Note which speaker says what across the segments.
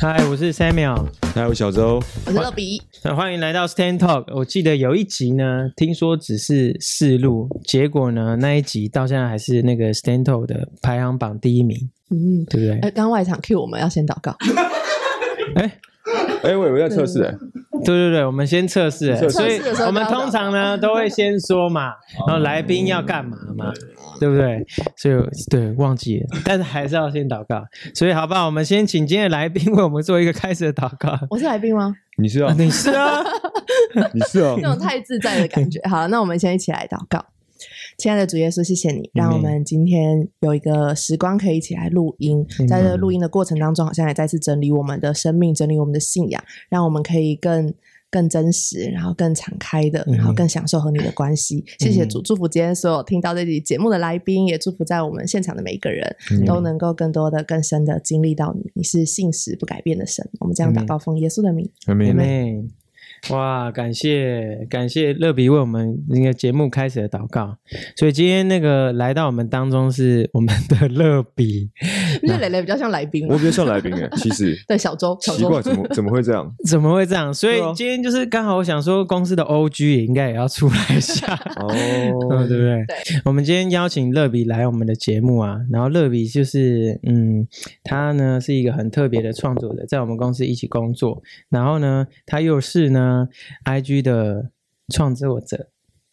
Speaker 1: 嗨，我是 Samuel，
Speaker 2: 嗨，我小周。
Speaker 3: 我是乐比，
Speaker 1: 那欢迎来到 Stand Talk。我记得有一集呢，听说只是试录，结果呢那一集到现在还是那个 Stand Talk 的排行榜第一名，
Speaker 3: 嗯，
Speaker 1: 对不对？
Speaker 3: 哎，刚外场 Q 我们要先祷告，
Speaker 1: 哎，
Speaker 2: 哎、我我在测试哎，
Speaker 1: 对对对，我们先测试，
Speaker 2: 测试
Speaker 1: 所以
Speaker 3: 测试的时候
Speaker 1: 我们
Speaker 3: 就要
Speaker 1: 通常呢都会先说嘛，然后来宾要干嘛嘛，对不对？所以对忘记了，但是还是要先祷告。所以好不好？我们先请今天的来宾为我们做一个开始的祷告。
Speaker 3: 我是来宾吗？
Speaker 2: 你是
Speaker 1: 啊
Speaker 2: 哦，
Speaker 1: 你是啊，
Speaker 2: 你是哦，
Speaker 3: 那种太自在的感觉。好，那我们先一起来祷告。亲爱的主耶稣，谢谢你，让我们今天有一个时光可以一起来录音。
Speaker 1: Amen
Speaker 3: 在这录音的过程当中，好像也再次整理我们的生命，整理我们的信仰，让我们可以更更真实，然后更敞开的，
Speaker 1: Amen
Speaker 3: 然后更享受和你的关系。谢谢主，
Speaker 1: Amen
Speaker 3: 祝福今天所有听到这集节目的来宾，也祝福在我们现场的每一个人
Speaker 2: Amen
Speaker 3: 都能够更多的、更深的经历到你。你是信实不改变的神，我们这样祷告，奉耶稣的名。
Speaker 2: 还没
Speaker 1: Amen 哇，感谢感谢乐比为我们那个节目开始的祷告，所以今天那个来到我们当中是我们的乐比，
Speaker 3: 因为蕾蕾比较像来宾嘛
Speaker 2: 我比较像来宾哎，其实
Speaker 3: 对小周，小
Speaker 2: 奇
Speaker 3: 周
Speaker 2: 怪，怎么怎么会这样？
Speaker 1: 怎么会这样？所以
Speaker 2: 对啊
Speaker 1: 今天就是刚好我想说，公司的 OG 也应该也要出来一下。
Speaker 2: 哦，
Speaker 1: 嗯，对不对？
Speaker 3: 对
Speaker 1: 我们今天邀请乐比来我们的节目啊，然后乐比就是，嗯，他呢是一个很特别的创作者，在我们公司一起工作，然后呢，他又是呢 IG 的创作者，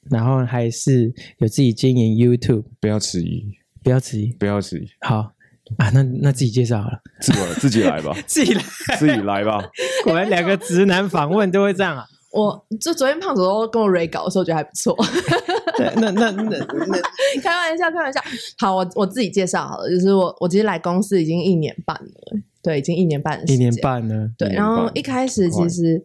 Speaker 1: 然后还是有自己经营 YouTube，
Speaker 2: 不要迟疑，
Speaker 1: 不要迟疑，
Speaker 2: 不要迟疑，
Speaker 1: 好啊，那那自己介绍好了，
Speaker 2: 自我自己来吧，
Speaker 1: 自己来，
Speaker 2: 自己来吧。
Speaker 1: 果然两个直男访问都会这 样啊。
Speaker 3: 我就昨天胖子都跟我 re 搞的时候，觉得还不错，
Speaker 1: 对，那那那那
Speaker 3: 开玩笑，开玩笑。好，我我自己介绍好了，就是我我其实来公司已经一年半了，对，已经一年半的时
Speaker 1: 一
Speaker 3: 间
Speaker 1: 年。半呢，
Speaker 3: 对，
Speaker 2: 一年
Speaker 3: 然后
Speaker 2: 半
Speaker 3: 一开始
Speaker 2: 快
Speaker 3: 其实，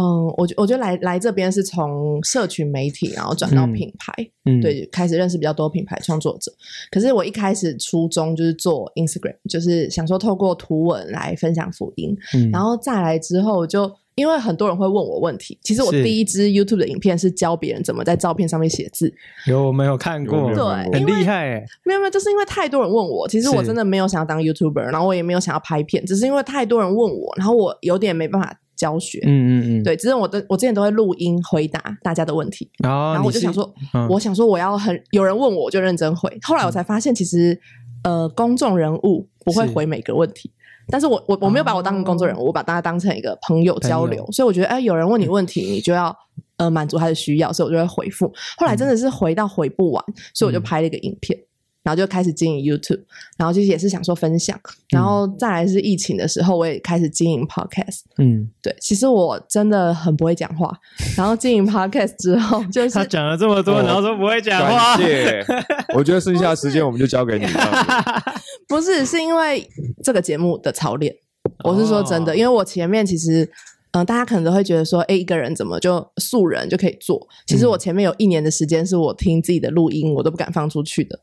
Speaker 3: 嗯，我觉我觉得来来这边是从社群媒体，然后转到
Speaker 1: 嗯
Speaker 3: 品牌，
Speaker 1: 嗯，
Speaker 3: 对，开始认识比较多品牌创作者。可是我一开始初衷就是做 Instagram，就是想说透过图文来分享福音，
Speaker 1: 嗯，
Speaker 3: 然后再来之后就，因为很多人会问我问题，其实我
Speaker 1: 是
Speaker 3: 第一支 YouTube 的影片是教别人怎么在照片上面写字，
Speaker 1: 有我们有看过，
Speaker 2: 有
Speaker 3: 对
Speaker 2: 看
Speaker 1: 嗯
Speaker 2: 过
Speaker 1: 很
Speaker 3: 因为
Speaker 1: 厉害欸，
Speaker 3: 没有没有，就是因为太多人问我，其实我
Speaker 1: 是
Speaker 3: 真的没有想要当 YouTuber，然后我也没有想要拍片，只是因为太多人问我，然后我有点没办法教学。
Speaker 1: 嗯嗯嗯，，
Speaker 3: 对，只是我的我之前都会录音回答大家的问题，
Speaker 1: 然后
Speaker 3: 然后
Speaker 1: 哦
Speaker 3: 我
Speaker 1: 你
Speaker 3: 就是想，说，
Speaker 1: 嗯
Speaker 3: 我想说我要很有人问我，我就认真回。后来我才发现，其实呃，公众人物不会
Speaker 1: 是啊
Speaker 3: 回每个问题。但是我我我没有把我当成公众人物，我把大家当成一个朋友
Speaker 1: 朋
Speaker 3: 交
Speaker 1: 友
Speaker 3: 流，所以我觉得，哎、有人问你问题，你就要呃满足他的需要，所以我就会回复。后来真的是回到回不完，所以我
Speaker 1: 嗯
Speaker 3: 就拍了一个影片，然后就开始经营 YouTube，然后就是也是想说分享，
Speaker 1: 嗯
Speaker 3: 然后再来是疫情的时候，我也开始经营 Podcast。
Speaker 1: 嗯，
Speaker 3: 对，其实我真的很不会讲话，然后经营 Podcast 之后，就是
Speaker 1: 他讲了这么多，
Speaker 2: 哦
Speaker 1: 然后说不会讲话
Speaker 2: 感，谢，我觉得剩下的时间我们就交给你。这样子
Speaker 3: 不是，是因为这个节目的操练。我是说真的，
Speaker 1: 哦
Speaker 3: 因为我前面其实，嗯、大家可能都会觉得说，哎，一个人怎么就素人就可以做？其
Speaker 1: 嗯
Speaker 3: 实我前面有一年的时间是我听自己的录音，我都不敢放出去的。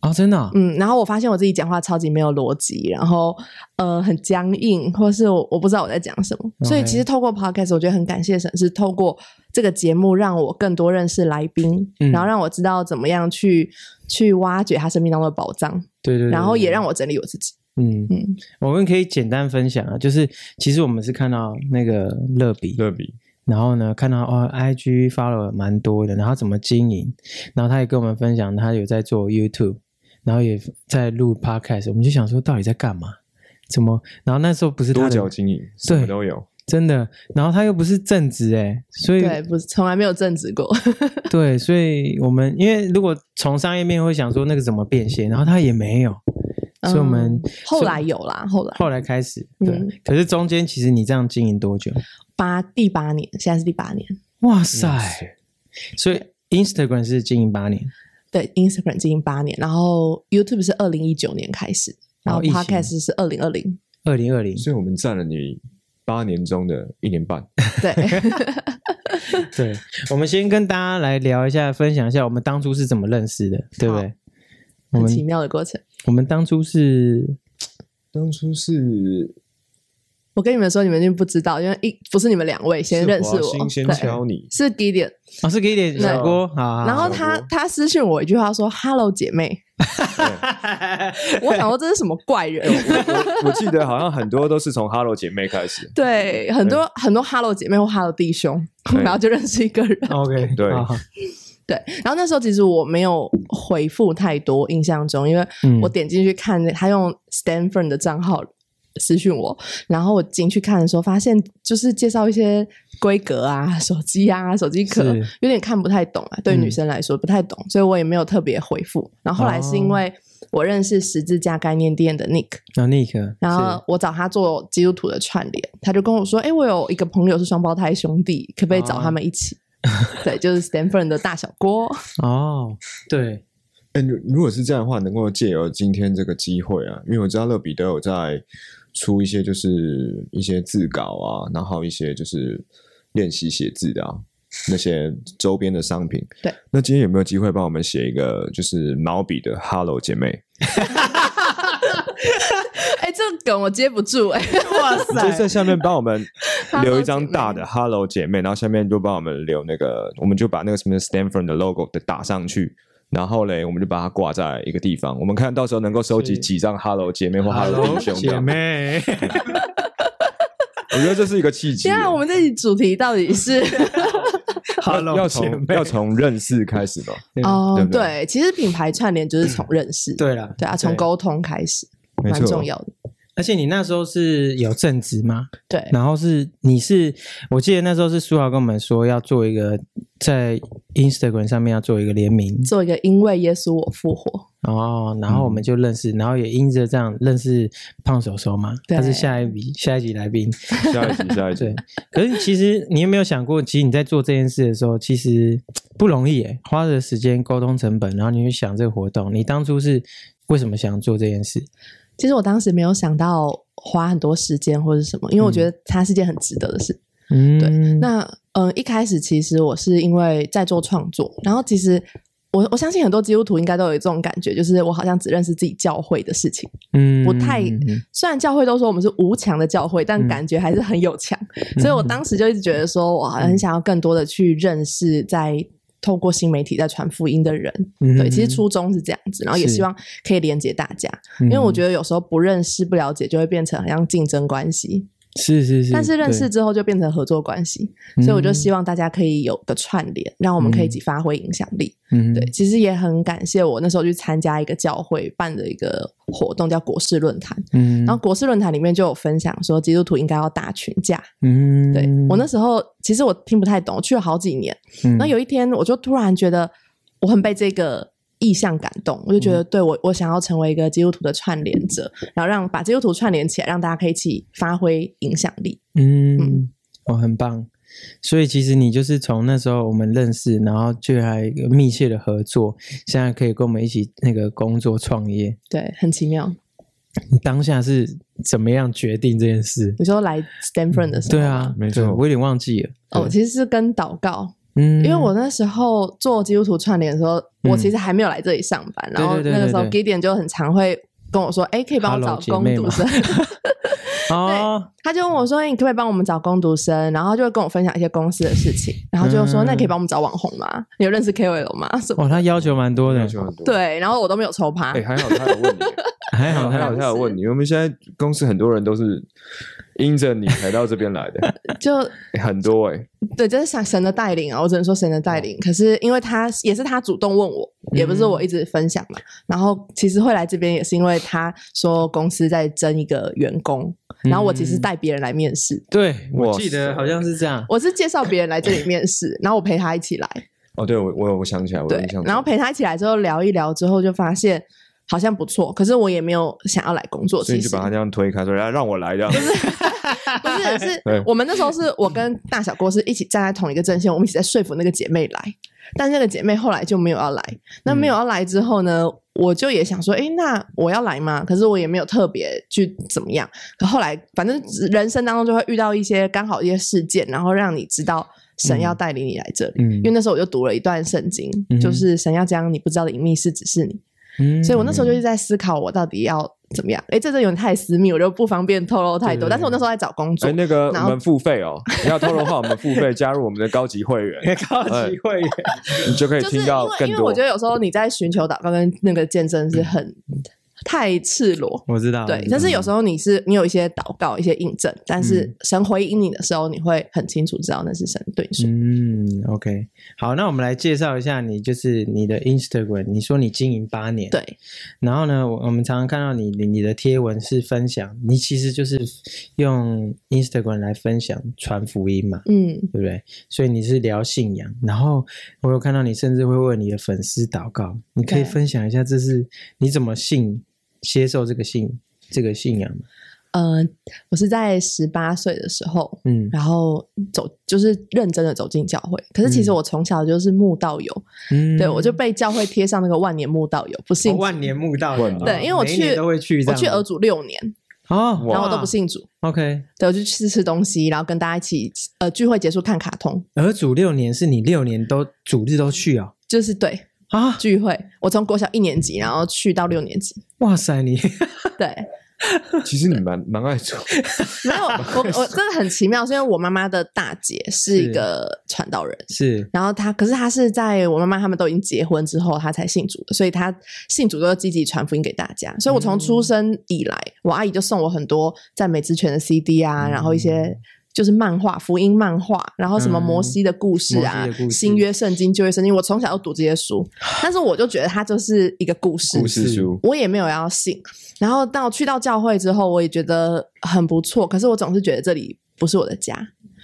Speaker 1: 哦，真的啊，
Speaker 3: 嗯，然后我发现我自己讲话超级没有逻辑，然后呃很僵硬，或是我我不知道我在讲什么。
Speaker 1: OK
Speaker 3: 所以其实透过 podcast，我觉得很感谢神，是透过这个节目让我更多认识来宾，
Speaker 1: 嗯
Speaker 3: 然后让我知道怎么样去去挖掘他生命当中的宝藏，
Speaker 1: 对对，对
Speaker 3: 然后也
Speaker 1: 对
Speaker 3: 让我整理我自己。
Speaker 1: 嗯，
Speaker 3: 嗯，
Speaker 1: 我们可以简单分享啊，就是其实我们是看到那个乐比，
Speaker 2: 乐比，
Speaker 1: 然后呢，看到哦，IG follow 蛮多的，然后他怎么经营，然后他也跟我们分享他有在做 YouTube，然后也在录 Podcast，我们就想说到底在干嘛？怎么？然后那时候不是他的
Speaker 2: 多角经营，什么都有。
Speaker 1: 真的，然后他又不是正职哎，所以
Speaker 3: 对，不是从来没有正职过。
Speaker 1: 对，所以我们因为如果从商业面会想说那个怎么变现，然后他也没有，所以我们
Speaker 3: 嗯后来有啦，后来
Speaker 1: 后来开始对，
Speaker 3: 嗯
Speaker 1: 可是中间其实你这样经营多久？
Speaker 3: 八第八年，现在是第八年。
Speaker 1: 哇塞！所以 Instagram 是经营八年，
Speaker 3: 对，Instagram 经营八年，然后 YouTube 是二零一九年开始，然后
Speaker 1: 然后哦疫情
Speaker 3: Podcast 是二零二零。
Speaker 1: 二零二零，
Speaker 2: 所以我们占了你八年中的一年半。
Speaker 3: 对，
Speaker 1: 对，我们先跟大家来聊一下，分享一下我们当初是怎么认识的，对不对？ 我
Speaker 3: 很奇
Speaker 1: 们
Speaker 3: 妙的过程。
Speaker 1: 我们当初是
Speaker 2: 当初是
Speaker 3: 我跟你们说，你们一定不知道，因为一不是你们两位先认识
Speaker 2: 是
Speaker 3: 我，
Speaker 2: 华兴先
Speaker 3: 对
Speaker 2: 敲你，
Speaker 3: 是 Gideon，
Speaker 1: 老哦师给一点小锅啊，
Speaker 3: 然后他他私信我一句话说：“Hello，姐妹。”
Speaker 2: 对
Speaker 3: 我想说这是什么怪人？
Speaker 2: 我记得好像很多都是从 Hello 姐妹开始，
Speaker 3: 对，很多很多 Hello 姐妹或 Hello 弟兄，
Speaker 2: 对
Speaker 3: 然后就认识一个人。
Speaker 1: OK
Speaker 2: 对
Speaker 1: 好好
Speaker 3: 对，然后那时候其实我没有回复太多，印象中，因为
Speaker 1: 嗯
Speaker 3: 我点进去看，他用 Stanford 的账号私讯我，然后我进去看的时候，发现就是介绍一些规格啊、手机啊、手机壳
Speaker 1: 是，
Speaker 3: 有点看不太懂啊，对
Speaker 1: 嗯
Speaker 3: 女生来说不太懂，所以我也没有特别回复。然后后来是因
Speaker 1: 哦
Speaker 3: 为我认识十字架概念店的 Nick，
Speaker 1: 然后哦 Nick，
Speaker 3: 然后我找他做基督徒的串联，他就跟我说：“哎、我有一个朋友是双胞胎兄弟，可不可以
Speaker 1: 哦
Speaker 3: 找他们一起？” 对，就是 Stanford 的大小锅。
Speaker 1: 是哦， 对，
Speaker 2: 哎，如如果是这样的话，能够借由今天这个机会啊，因为我知道乐比都有在出一些就是一些字稿啊，然后一些就是练习写字的啊，那些周边的商品。
Speaker 3: 对，
Speaker 2: 那今天有没有机会帮我们写一个就是毛笔的 “Hello 姐妹
Speaker 3: 哎、这个梗我接不住哎、”？
Speaker 1: 哇
Speaker 2: 你就在，下面帮我 们
Speaker 3: Hello
Speaker 2: 留一张大的 “Hello 姐妹”，然后下面就帮我们留那个，我们就把那个什么 Stanford 的 logo 的打上去。然后嘞，我们就把它挂在一个地方，我们看到时候能够收集
Speaker 1: 是
Speaker 2: 几张 “Hello 姐 妹”或 “Hello 弟
Speaker 1: Hello
Speaker 2: 兄”
Speaker 1: 姐
Speaker 2: 的。
Speaker 1: 妹，
Speaker 2: 我觉得这是一个契机
Speaker 3: 现
Speaker 2: 耶。
Speaker 3: 啊在我们这集主题到底 是
Speaker 1: Hello，
Speaker 2: 要
Speaker 1: 姐
Speaker 2: 从
Speaker 1: 妹
Speaker 2: 要从认识开始吧。
Speaker 1: 对
Speaker 3: 哦
Speaker 2: 对不对
Speaker 3: 对，其实品牌串联就是从认识，
Speaker 1: 对了，
Speaker 3: 对啊，从沟通开始，
Speaker 2: 没
Speaker 3: 蛮
Speaker 2: 错
Speaker 3: 重要的。
Speaker 1: 而且你那时候是有正职吗？
Speaker 3: 对，
Speaker 1: 然后是你是，我记得那时候是苏豪跟我们说要做一个在 Instagram 上面要做一个联名
Speaker 3: 做一个因为耶稣我复活，
Speaker 1: 哦，然后我们
Speaker 3: 嗯
Speaker 1: 就认识，然后也因着这样认识胖手手嘛，
Speaker 3: 对
Speaker 1: 他是下一笔下一集来宾。
Speaker 2: 下一集，下一
Speaker 1: 对
Speaker 2: 集。，
Speaker 1: 可是其实你有没有想过，其实你在做这件事的时候，其实不容易耶，花的时间、沟通成本，然后你去想这个活动，你当初是为什么想做这件事？
Speaker 3: 其实我当时没有想到花很多时间或者什么，因为我觉
Speaker 2: 嗯
Speaker 3: 得它是件很值得的事。
Speaker 1: 嗯，
Speaker 3: 对那嗯、呃一开始其实我是因为在做创作，然后其实我我相信很多基督徒应该都有这种感觉，就是我好像只认识自己教会的事情。
Speaker 1: 嗯
Speaker 3: 不太虽然教会都说我们是无强的教会，但
Speaker 1: 嗯
Speaker 3: 感觉还是很有强，所以我当时就一直觉得说，我好
Speaker 1: 嗯
Speaker 3: 像很想要更多的去认识在。透过新媒体在传福音的人，
Speaker 1: 嗯嗯
Speaker 3: 对，其实初衷是这样子，然后也
Speaker 1: 是
Speaker 3: 希望可以连接大家，
Speaker 1: 因
Speaker 3: 因为我觉得有时候不认识、不了解，就会变成好像竞争关系，
Speaker 1: 得是是是，嗯
Speaker 3: 但是认识之后就变成合作关系。所以我就希
Speaker 1: 望
Speaker 3: 望大家可以有个串联，让我们可以一起发挥影响力。
Speaker 1: 嗯
Speaker 3: 对，其实也很感谢我那时候去参加一个教会办的一个活动，叫国事论坛。
Speaker 1: 嗯，
Speaker 3: 然后国事论坛里面就有分享说，基督徒应该要打群架。
Speaker 1: 嗯，
Speaker 3: 对、我那时候其实我听不太懂，我去了好几年。
Speaker 1: 嗯，
Speaker 3: 那有一天我就突然觉得我很被这个意向感动，我就觉得
Speaker 1: 嗯
Speaker 3: 对我我想要成为一个基督徒的串联者，然后让把基督徒串联起来，让大家可以一起发挥影响力。
Speaker 1: 嗯
Speaker 3: 嗯，
Speaker 1: 哦，很棒。所以其实你就是从那时候我们认识，然后就还有一个密切的合作，现在可以跟我们一起那个工作创业。
Speaker 3: 对，很奇妙。
Speaker 1: 你当下是怎么样决定这件事？
Speaker 3: 你说来 Stanford 的时候，
Speaker 1: 对啊，
Speaker 2: 没错
Speaker 1: 对我有点忘记了。
Speaker 3: 哦，其实是跟祷告，
Speaker 1: 嗯，
Speaker 3: 因为我那时候做基督徒串联的时候，
Speaker 1: 嗯
Speaker 3: 我其实还没有来这里上班，然后
Speaker 1: 对对对
Speaker 3: 那个时候
Speaker 1: 对
Speaker 3: Gideon 就很常会跟我说：“哎，可以帮我找
Speaker 1: Hello，姐
Speaker 3: 攻
Speaker 1: 妹
Speaker 3: 读
Speaker 1: 嘛
Speaker 3: 生。
Speaker 1: 哦，
Speaker 3: 他就问我说：“哎，你可不可以帮我们找攻读生？”然后他就会跟我分享一些公司的事情，然后就说：“
Speaker 1: 嗯哦
Speaker 3: 那可以帮我们找网红吗？你有认识 KOL 吗？”什么？
Speaker 1: 哇，他要求蛮多的
Speaker 2: 要，求很多。，
Speaker 3: 对，啊然后我都没有抽趴
Speaker 2: 哎，。还好他有问你，
Speaker 1: 还
Speaker 2: 还
Speaker 1: 好
Speaker 2: 好还
Speaker 1: 还
Speaker 2: 好
Speaker 1: 好。
Speaker 2: 他有问你。我们现在公司很多人都是因着你才到这边来 的，
Speaker 3: 就
Speaker 2: 哎很多哎。
Speaker 3: 对，这是神神的带领啊，我只能说神的带
Speaker 2: 嗯
Speaker 3: 领。可是因为他也是他主动问我，也不是我一直分享嘛。然后其实会来这边也是因为他说公司在争一个员工，然后我
Speaker 2: 嗯
Speaker 3: 其实带别人来面试，
Speaker 1: 对，我
Speaker 2: 哇
Speaker 1: 记得
Speaker 2: 塞
Speaker 1: 好像是这样。
Speaker 3: 我是介绍别人来这里面试，然后我陪他一起来，
Speaker 2: 哦，对，我我我想起来，我有
Speaker 3: 对
Speaker 2: 印象，中。
Speaker 3: 然后陪他一起来之后聊一聊之后就发现好像不错，可是我也没有想要来工作，
Speaker 2: 所以你
Speaker 3: 其
Speaker 2: 就
Speaker 3: 实
Speaker 2: 把他这样推开，说来哎让我来这样。
Speaker 3: 不是是
Speaker 2: 对
Speaker 3: 我们那时候是我跟大小郭是一起站在同一个阵线，我们一起在说服那个姐妹来，但那个姐妹后来就没有要来。那没有要来之后呢，我就也想说，诶，那我要来吗？可是我也没有特别去怎么样。可后来反正人生当中就会遇到一些刚好一些事件，然后让你知道神要带领你来这里。
Speaker 1: 嗯
Speaker 3: 因为那时候我就读了一段圣经，
Speaker 1: 嗯哼
Speaker 3: 就是神要将你不知道的隐秘事指示你。
Speaker 1: 嗯
Speaker 3: 所以我那时候就是在思考，我到底要怎么样？哎，这这有点太私密，我就不方便透露太多。
Speaker 1: 对
Speaker 3: 但是我那时候在找工作
Speaker 4: 哎，，那个
Speaker 3: 然
Speaker 4: 我
Speaker 3: 后
Speaker 4: 们付费哦，你要透露的话，我们付费加入我们的高级会员，
Speaker 1: 高级会员，
Speaker 2: 哎
Speaker 4: 你就可以
Speaker 3: 就是
Speaker 4: 听
Speaker 3: 因
Speaker 4: 到
Speaker 3: 为
Speaker 4: 更
Speaker 3: 因为
Speaker 4: 多
Speaker 3: 我觉。得有时候你在寻求祷告跟那个见证是
Speaker 1: 嗯
Speaker 3: 很太赤裸。
Speaker 1: 我知道，
Speaker 3: 对，但是有时候你是你有一些祷告、一些印证，但是
Speaker 1: 嗯
Speaker 3: 神回应你的时候，你会很清楚知道那是神对你说。
Speaker 1: 嗯，OK，好，那我们来介绍一下你，就是你的 Instagram，你说你经营八年，
Speaker 3: 对，
Speaker 1: 然后呢，我我们常常看到你你你的贴文是分享，你其实就是用 Instagram 来分享传福音嘛，
Speaker 3: 嗯，
Speaker 1: 对不对？所以你是聊信仰，然后我有看到你甚至会为你的粉丝祷告，你可以
Speaker 3: 对
Speaker 1: 分享一下这是你怎么信接受这个信这个信仰吗？
Speaker 3: 呃，我是在十八岁的时候，
Speaker 1: 嗯
Speaker 3: 然后走就是认真的走进教会。可是其实
Speaker 1: 嗯
Speaker 3: 我从小就是慕道友，
Speaker 1: 嗯，
Speaker 3: 对我就被教会贴上那个万年慕道友，不信
Speaker 1: 哦
Speaker 3: 主
Speaker 1: 万年慕道友
Speaker 2: 万年
Speaker 3: 对，因为我
Speaker 1: 每一年
Speaker 3: 去
Speaker 1: 都会去这
Speaker 3: 我
Speaker 1: 样
Speaker 3: 去
Speaker 1: 吗，
Speaker 3: 俄组六年，
Speaker 1: 哦，
Speaker 3: 然后我
Speaker 1: 哇
Speaker 3: 都不信主。
Speaker 1: OK，
Speaker 3: 对，我就去吃吃东西，然后跟大家一起呃聚会结束看卡通，
Speaker 1: 而主六年是你六年都主日都去哦。
Speaker 3: 就是对
Speaker 1: 啊！
Speaker 3: 聚会。我从国小一年级，然后去到六年级，
Speaker 1: 哇塞， 你
Speaker 3: 对，
Speaker 4: 其实你蛮蛮爱做，
Speaker 3: 没有我我真的很奇妙，是因为我妈妈的大姐是一个传道人。
Speaker 1: 是
Speaker 3: 然后她，可是她是在我妈妈他们都已经结婚之后，她才信主的，所以她信主都积极传福音给大家。所以我
Speaker 1: 嗯
Speaker 3: 从出生以来，我阿姨就送我很多赞美之泉的 CD
Speaker 1: 嗯
Speaker 3: 啊，
Speaker 1: 嗯
Speaker 3: 然后一些就是漫画、福音漫画，然后什么摩西的故事啊
Speaker 1: 摩西的、故事
Speaker 3: 新约圣经、旧约圣经，我从小就读这些书，但是我就觉得它就是一个故事，
Speaker 2: 故事书，
Speaker 3: 我也没有要信。然后到去到教会之后，我也觉得很不错，可是我总是觉得这里不是我的家。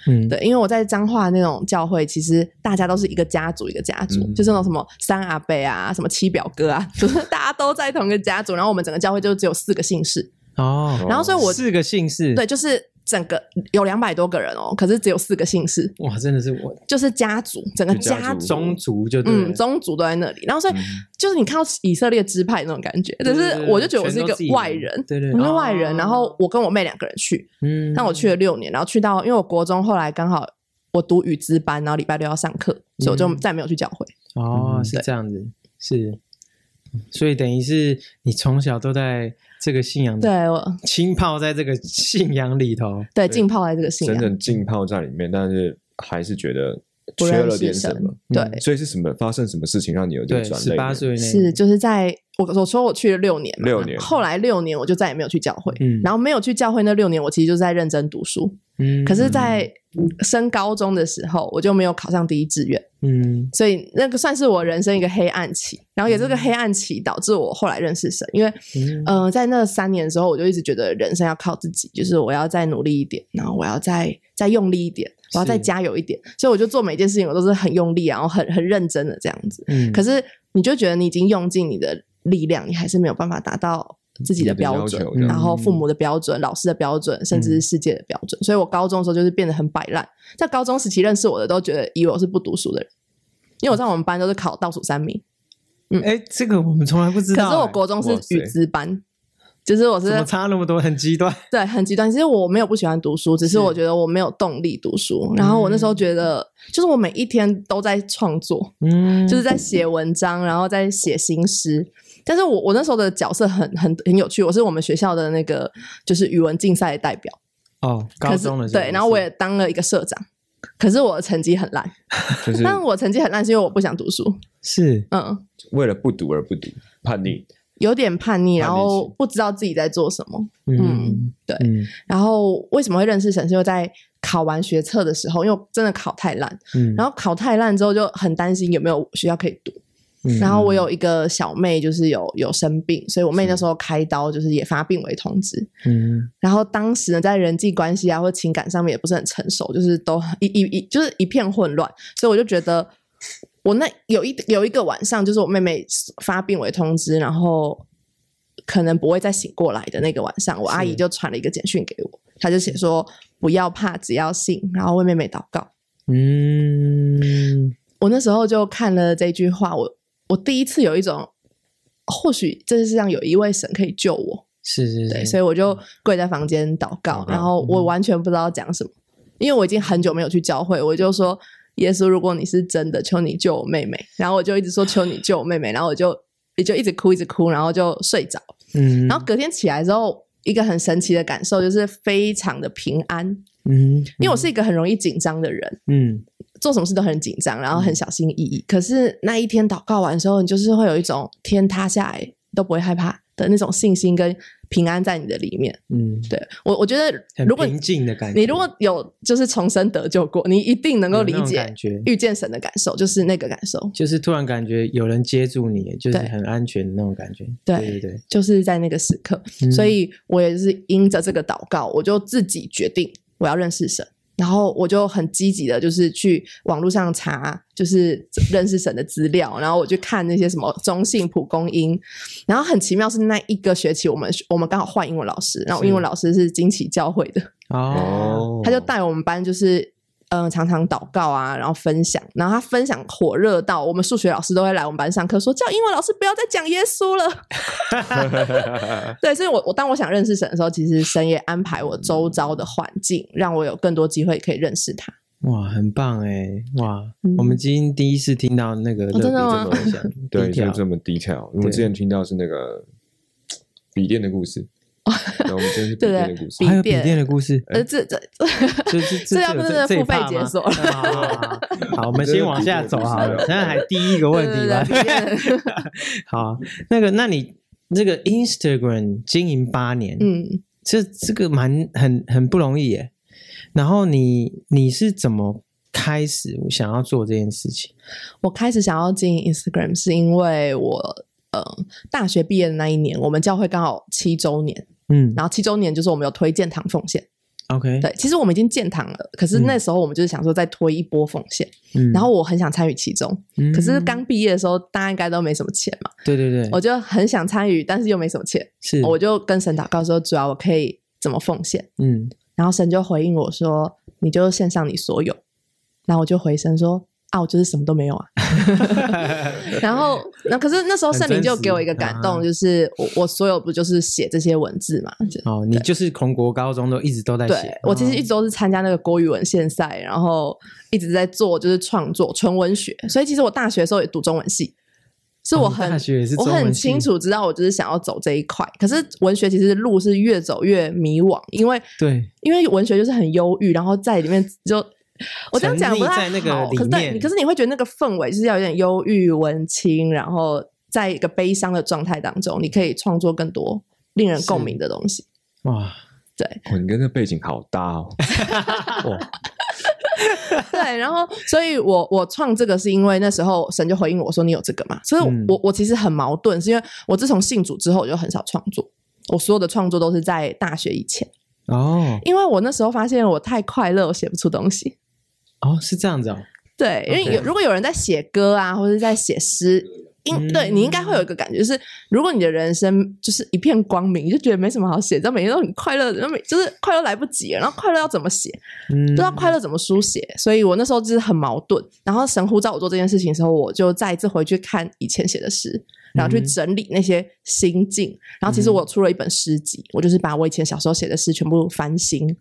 Speaker 1: 嗯，
Speaker 3: 对，因为我在彰化那种教会，其实大家都是一个家族一个家族，
Speaker 2: 嗯
Speaker 3: 就是那种什么三阿伯啊，什么七表哥啊， 就是大家都在同一个家族。然后我们整个教会就只有四个姓氏，
Speaker 1: 哦，
Speaker 3: 然后所以我、
Speaker 1: 四个姓氏，
Speaker 3: 对，，就是整个有两百多个人哦，可是只有四个姓氏，
Speaker 1: 哇，真的是我
Speaker 3: 就是家族，整个
Speaker 2: 就家
Speaker 1: 嗯
Speaker 3: 家
Speaker 2: 族
Speaker 3: 族。
Speaker 1: 宗族就对了，
Speaker 3: 嗯，宗族都在那里，然后所以、
Speaker 2: 嗯
Speaker 3: 就是你看到以色列支派那种感觉，
Speaker 1: 对
Speaker 3: 就
Speaker 1: 对
Speaker 3: 是
Speaker 1: 对
Speaker 3: 我就觉得我是一
Speaker 1: 全都
Speaker 3: 个
Speaker 1: 自己人
Speaker 3: 外人，
Speaker 1: 对对
Speaker 3: 我是外人，
Speaker 1: 哦
Speaker 3: 然后我跟我妹两个人去，
Speaker 1: 嗯
Speaker 3: 但我去了六年，然后去到因为我国中后来刚好我读语资班，然后礼拜六要上课，所以我就
Speaker 1: 嗯
Speaker 3: 再没有去教会。
Speaker 1: 哦，
Speaker 2: 嗯
Speaker 1: 是
Speaker 3: 对
Speaker 1: 这样子，是，所以等于是你从小都在这个信仰，
Speaker 3: 对我
Speaker 1: 浸泡在这个信仰里头，
Speaker 3: 对浸泡在这个信
Speaker 2: 整
Speaker 3: 仰，
Speaker 2: 整浸泡在里面，但是还是觉得
Speaker 3: 不
Speaker 2: 缺
Speaker 3: 认
Speaker 2: 了
Speaker 3: 识
Speaker 2: 点什
Speaker 3: 神
Speaker 2: 么。
Speaker 3: 对。
Speaker 1: 嗯
Speaker 2: 所以是什么发生什么事情让你有这
Speaker 1: 对，
Speaker 2: 个转
Speaker 1: 十
Speaker 2: 泪
Speaker 1: 八
Speaker 2: 点？
Speaker 1: 岁那
Speaker 3: 是，就是在我我说我去了六年嘛，
Speaker 2: 六年
Speaker 3: 后来六年我就再也没有去教会，
Speaker 1: 嗯
Speaker 3: 然后没有去教会那六年，我其实就是在认真读书。
Speaker 1: 嗯，
Speaker 3: 可是，在
Speaker 2: 嗯
Speaker 3: 升高中的时候，我就没有考上第一志愿，
Speaker 1: 嗯
Speaker 3: 所以那个算是我人生一个黑暗期。然后也这
Speaker 2: 嗯
Speaker 3: 个黑暗期导致我后来认识神，因为
Speaker 1: 嗯
Speaker 3: 嗯、呃在那三年的时候，我就一直觉得人生要靠自己，就是我要再努力一点，然后我要再再用力一点，我要再
Speaker 1: 是
Speaker 3: 加油一点。所以我就做每件事情，我都是很用力，然后很很认真的这样子。
Speaker 1: 嗯，
Speaker 3: 可
Speaker 1: 是
Speaker 3: 是你就觉得你已经用尽你的力量，你还是没有办法达到自己的标
Speaker 2: 你
Speaker 3: 准
Speaker 2: 的要求这，样
Speaker 3: 然后父母的标准、老师的标准，甚至是世界的标准。所以我高中的时候就是变得很摆烂，在高中时期认识我的都觉得以为我是不读书的人，因为我在我们班都是考倒数三名，
Speaker 1: 哎，这个我们从来不知
Speaker 3: 可
Speaker 1: 道，
Speaker 3: 是我
Speaker 1: 哎
Speaker 3: 国中是
Speaker 2: 哇塞
Speaker 3: 语资班。就是我
Speaker 1: 怎
Speaker 3: 是
Speaker 1: 么差那么多，很极 端，
Speaker 3: 对很极端，其实我没有不喜欢读书，只
Speaker 1: 是
Speaker 3: 是我觉得我没有动力读书。然后我那时候觉得，就是我每一天都在创作，
Speaker 1: 嗯，
Speaker 3: 就是在写文章，然后在写新诗。但是我我那时候的角色很很很有趣，我是我们学校的那个就是语文竞赛的代表，
Speaker 1: 哦，高
Speaker 3: 可是
Speaker 1: 中的时候
Speaker 3: 对，然后我也当了一个社长，可是我的成绩很烂，
Speaker 2: 就是
Speaker 3: 但我成绩很烂是因为我不想读书，
Speaker 1: 是
Speaker 3: 嗯，
Speaker 2: 为了不读而不读，叛逆。
Speaker 3: 有点叛
Speaker 2: 叛逆期
Speaker 3: 逆，然后不知道自己在做什么，
Speaker 1: 嗯
Speaker 3: 嗯，对
Speaker 1: 嗯
Speaker 3: 然后为什么会认识沈是因为在考完学测的时候，因为我真的考太烂，
Speaker 1: 嗯，
Speaker 3: 然后考太烂之后就很担心有没有学校可以读，
Speaker 1: 嗯
Speaker 3: 然后我有一个小妹，就是有有生病，所以我妹那时候开刀，就是也发病危通知。
Speaker 1: 嗯
Speaker 3: 然后当时呢，在人际关系啊或情感上面也不是很成熟，就是都很一一一就是一片混乱，所以我就觉得。我那有一有一个晚上，就是我妹妹发病危通知，然后可能不会再醒过来的那个晚上，我阿姨
Speaker 1: 是
Speaker 3: 就传了一个简讯给我，她就写说不要怕，只要信，然后为妹妹祷告。
Speaker 1: 嗯
Speaker 3: 我那时候就看了这句话，我我第一次有一种，或许这世上有一位神可以救我，
Speaker 1: 是是
Speaker 3: 对，
Speaker 1: 是，
Speaker 3: 所以我就跪在房间祷告
Speaker 2: 祷，告
Speaker 3: 然后我完全不知道讲什么，因为我已经很久没有去教会，我就说耶稣，如果你是真的，求你救我妹妹，然后我就一直说求你救我妹妹，然后我就也就一直哭一直哭，然后就睡着。
Speaker 1: 嗯，
Speaker 3: 然后隔天起来之后，一个很神奇的感受就是非常的平安，
Speaker 1: 嗯，
Speaker 3: 因为我是一个很容易紧张的人，
Speaker 1: 嗯
Speaker 3: 做什么事都很紧张，然后很小心翼翼。可是那一天祷告完之后，你就是会有一种天塌下来都不会害怕的那种信心跟平安在你的里面。
Speaker 1: 嗯，
Speaker 3: 对我，我觉得
Speaker 1: 很
Speaker 3: 如果
Speaker 1: 平静的感觉。
Speaker 3: 你如果有就是重生得救过，你一定能够
Speaker 1: 有
Speaker 3: 理
Speaker 1: 那种
Speaker 3: 解
Speaker 1: 感觉
Speaker 3: 遇见神的感受，就是那个感受，
Speaker 1: 就是突然感觉有人接住你，就是
Speaker 3: 对
Speaker 1: 很安全的那种感觉。
Speaker 3: 对
Speaker 1: 对对
Speaker 3: 就是在那个时刻。
Speaker 1: 对，
Speaker 3: 所以我也是因着这个祷告，我就自己决定我要认识神，然后我就很积极的，就是去网络上查，就是认识神的资料，然后我去看那些什么中信蒲公英，然后很奇妙是那一个学期我们我们刚好换英文老师，然后我
Speaker 1: 是
Speaker 3: 英文老师是金奇教会的，
Speaker 1: 嗯哦，
Speaker 2: 哦，
Speaker 3: 他就带我们班就是。嗯，常常祷告啊，然后分享，然后他分享火热到我们数学老师都会来我们班上课，说叫英文老师不要再讲耶稣 了。对，所以我我当我想认识神的时候，其实神也安排我周遭的环境，让我有更多机会可以认识他。
Speaker 1: 哇，很棒哎，哇
Speaker 3: 嗯，
Speaker 1: 我们今天第一次听到那个乐比这
Speaker 3: 真的吗
Speaker 1: 么想低
Speaker 2: 对，就
Speaker 1: 调
Speaker 2: 这么 detail。我们之前听到是那个笔电的故事，对，我们 今天是笔
Speaker 3: 对
Speaker 2: 电
Speaker 3: 哦对
Speaker 2: 的故事哎
Speaker 3: 笔。
Speaker 1: 还有笔
Speaker 3: 电
Speaker 1: 电的故事，
Speaker 3: 呃，这这这，
Speaker 1: 这哎这
Speaker 3: 这要不
Speaker 1: 有
Speaker 3: 真的
Speaker 1: 这
Speaker 3: 付
Speaker 1: 一趴
Speaker 3: 费解
Speaker 1: 吗
Speaker 3: 锁
Speaker 1: 好好好好好，我们先往下走好了。现在还第一个问题吧。
Speaker 3: 对 对对
Speaker 1: 好，那个，那你这个 Instagram 经营八年，
Speaker 3: 嗯，
Speaker 1: 这这个蛮很很不容易耶。然后你你是怎么开始想要做这件事情？
Speaker 3: 我开始想要经营 Instagram 是因为我。嗯，大学毕业的那一年，我们教会刚好七周年，
Speaker 1: 嗯
Speaker 3: 然后七周年就是我们有推建堂奉献。
Speaker 1: ，OK，
Speaker 3: 对，其实我们已经建堂了，可是那时候我们就是想说再推一波奉献，
Speaker 1: 嗯，
Speaker 3: 然后我很想参与其中，
Speaker 1: 嗯
Speaker 3: 可是刚毕业的时候大家应该都没什么钱嘛，
Speaker 1: 对对对，
Speaker 3: 我就很想参与，但是又没什么钱，
Speaker 1: 是
Speaker 3: 我就跟神祷告说，主要啊我可以怎么奉献？
Speaker 1: 嗯
Speaker 3: 然后神就回应我说，你就献上你所有。然后我就回神说，啊，我就是什么都 没有啊。然后那可是那时候圣灵就给
Speaker 1: 啊
Speaker 3: 我一个感动，
Speaker 1: 很
Speaker 3: 就是我我所有不就是写这些文字嘛？就
Speaker 1: 哦，你就是从国高中都一直都在
Speaker 3: 对
Speaker 1: 写，
Speaker 3: 我其实
Speaker 1: 哦
Speaker 3: 一直都是参加那个国语文献赛，然后一直在做就是创作纯文学，所以其实我大学的时候也读中文系，是我
Speaker 1: 哦
Speaker 3: 很、
Speaker 1: 大学也是
Speaker 3: 我
Speaker 1: 中文
Speaker 3: 很
Speaker 1: 系
Speaker 3: 清楚知道我就是想要走这一块，可是文学其实路是越走越迷惘，因为
Speaker 1: 对，
Speaker 3: 因为文学就是很忧郁，然后在里面就。我这样讲不
Speaker 1: 沉
Speaker 3: 太
Speaker 1: 溺在那个
Speaker 3: 好，
Speaker 1: 里
Speaker 3: 可是对，
Speaker 1: 面
Speaker 3: 可是你会觉得那个氛围就是要有点忧郁、文青，然后在一个悲伤的状态当中，你可以创作更多令人共鸣的东西。
Speaker 1: 哇，
Speaker 3: 对
Speaker 2: 哦，你跟这背景好搭哦！
Speaker 3: 对，然后所以我我创这个是因为那时候神就回应我说你有这个嘛，所以我、
Speaker 1: 嗯
Speaker 3: 我我其实很矛盾，是因为我自从信主之后我就很少创作，我所有的创作都是在大学以前，
Speaker 1: 哦
Speaker 3: 因为我那时候发现我太快乐，我写不出东西。
Speaker 1: 哦，是这样子哦，
Speaker 3: 对，因为
Speaker 1: OK
Speaker 3: 有如果有人在写歌啊，或者是在写诗，应、
Speaker 1: 嗯
Speaker 3: 对你应该会有一个感觉，就是如果你的人生就是一片光明，你就觉得没什么好写，但每天都很快乐，然后每就是快乐来不及了，然后快乐要怎么写，
Speaker 1: 嗯，
Speaker 3: 不知道啊快乐怎么书写，所以我那时候就是很矛盾。然后神呼召我做这件事情的时候，我就再一次回去看以前写的诗，然后去
Speaker 1: 嗯
Speaker 3: 整理那些心境。然后其实我出了一本诗集，我就是把我以前小时候写的诗全部翻新，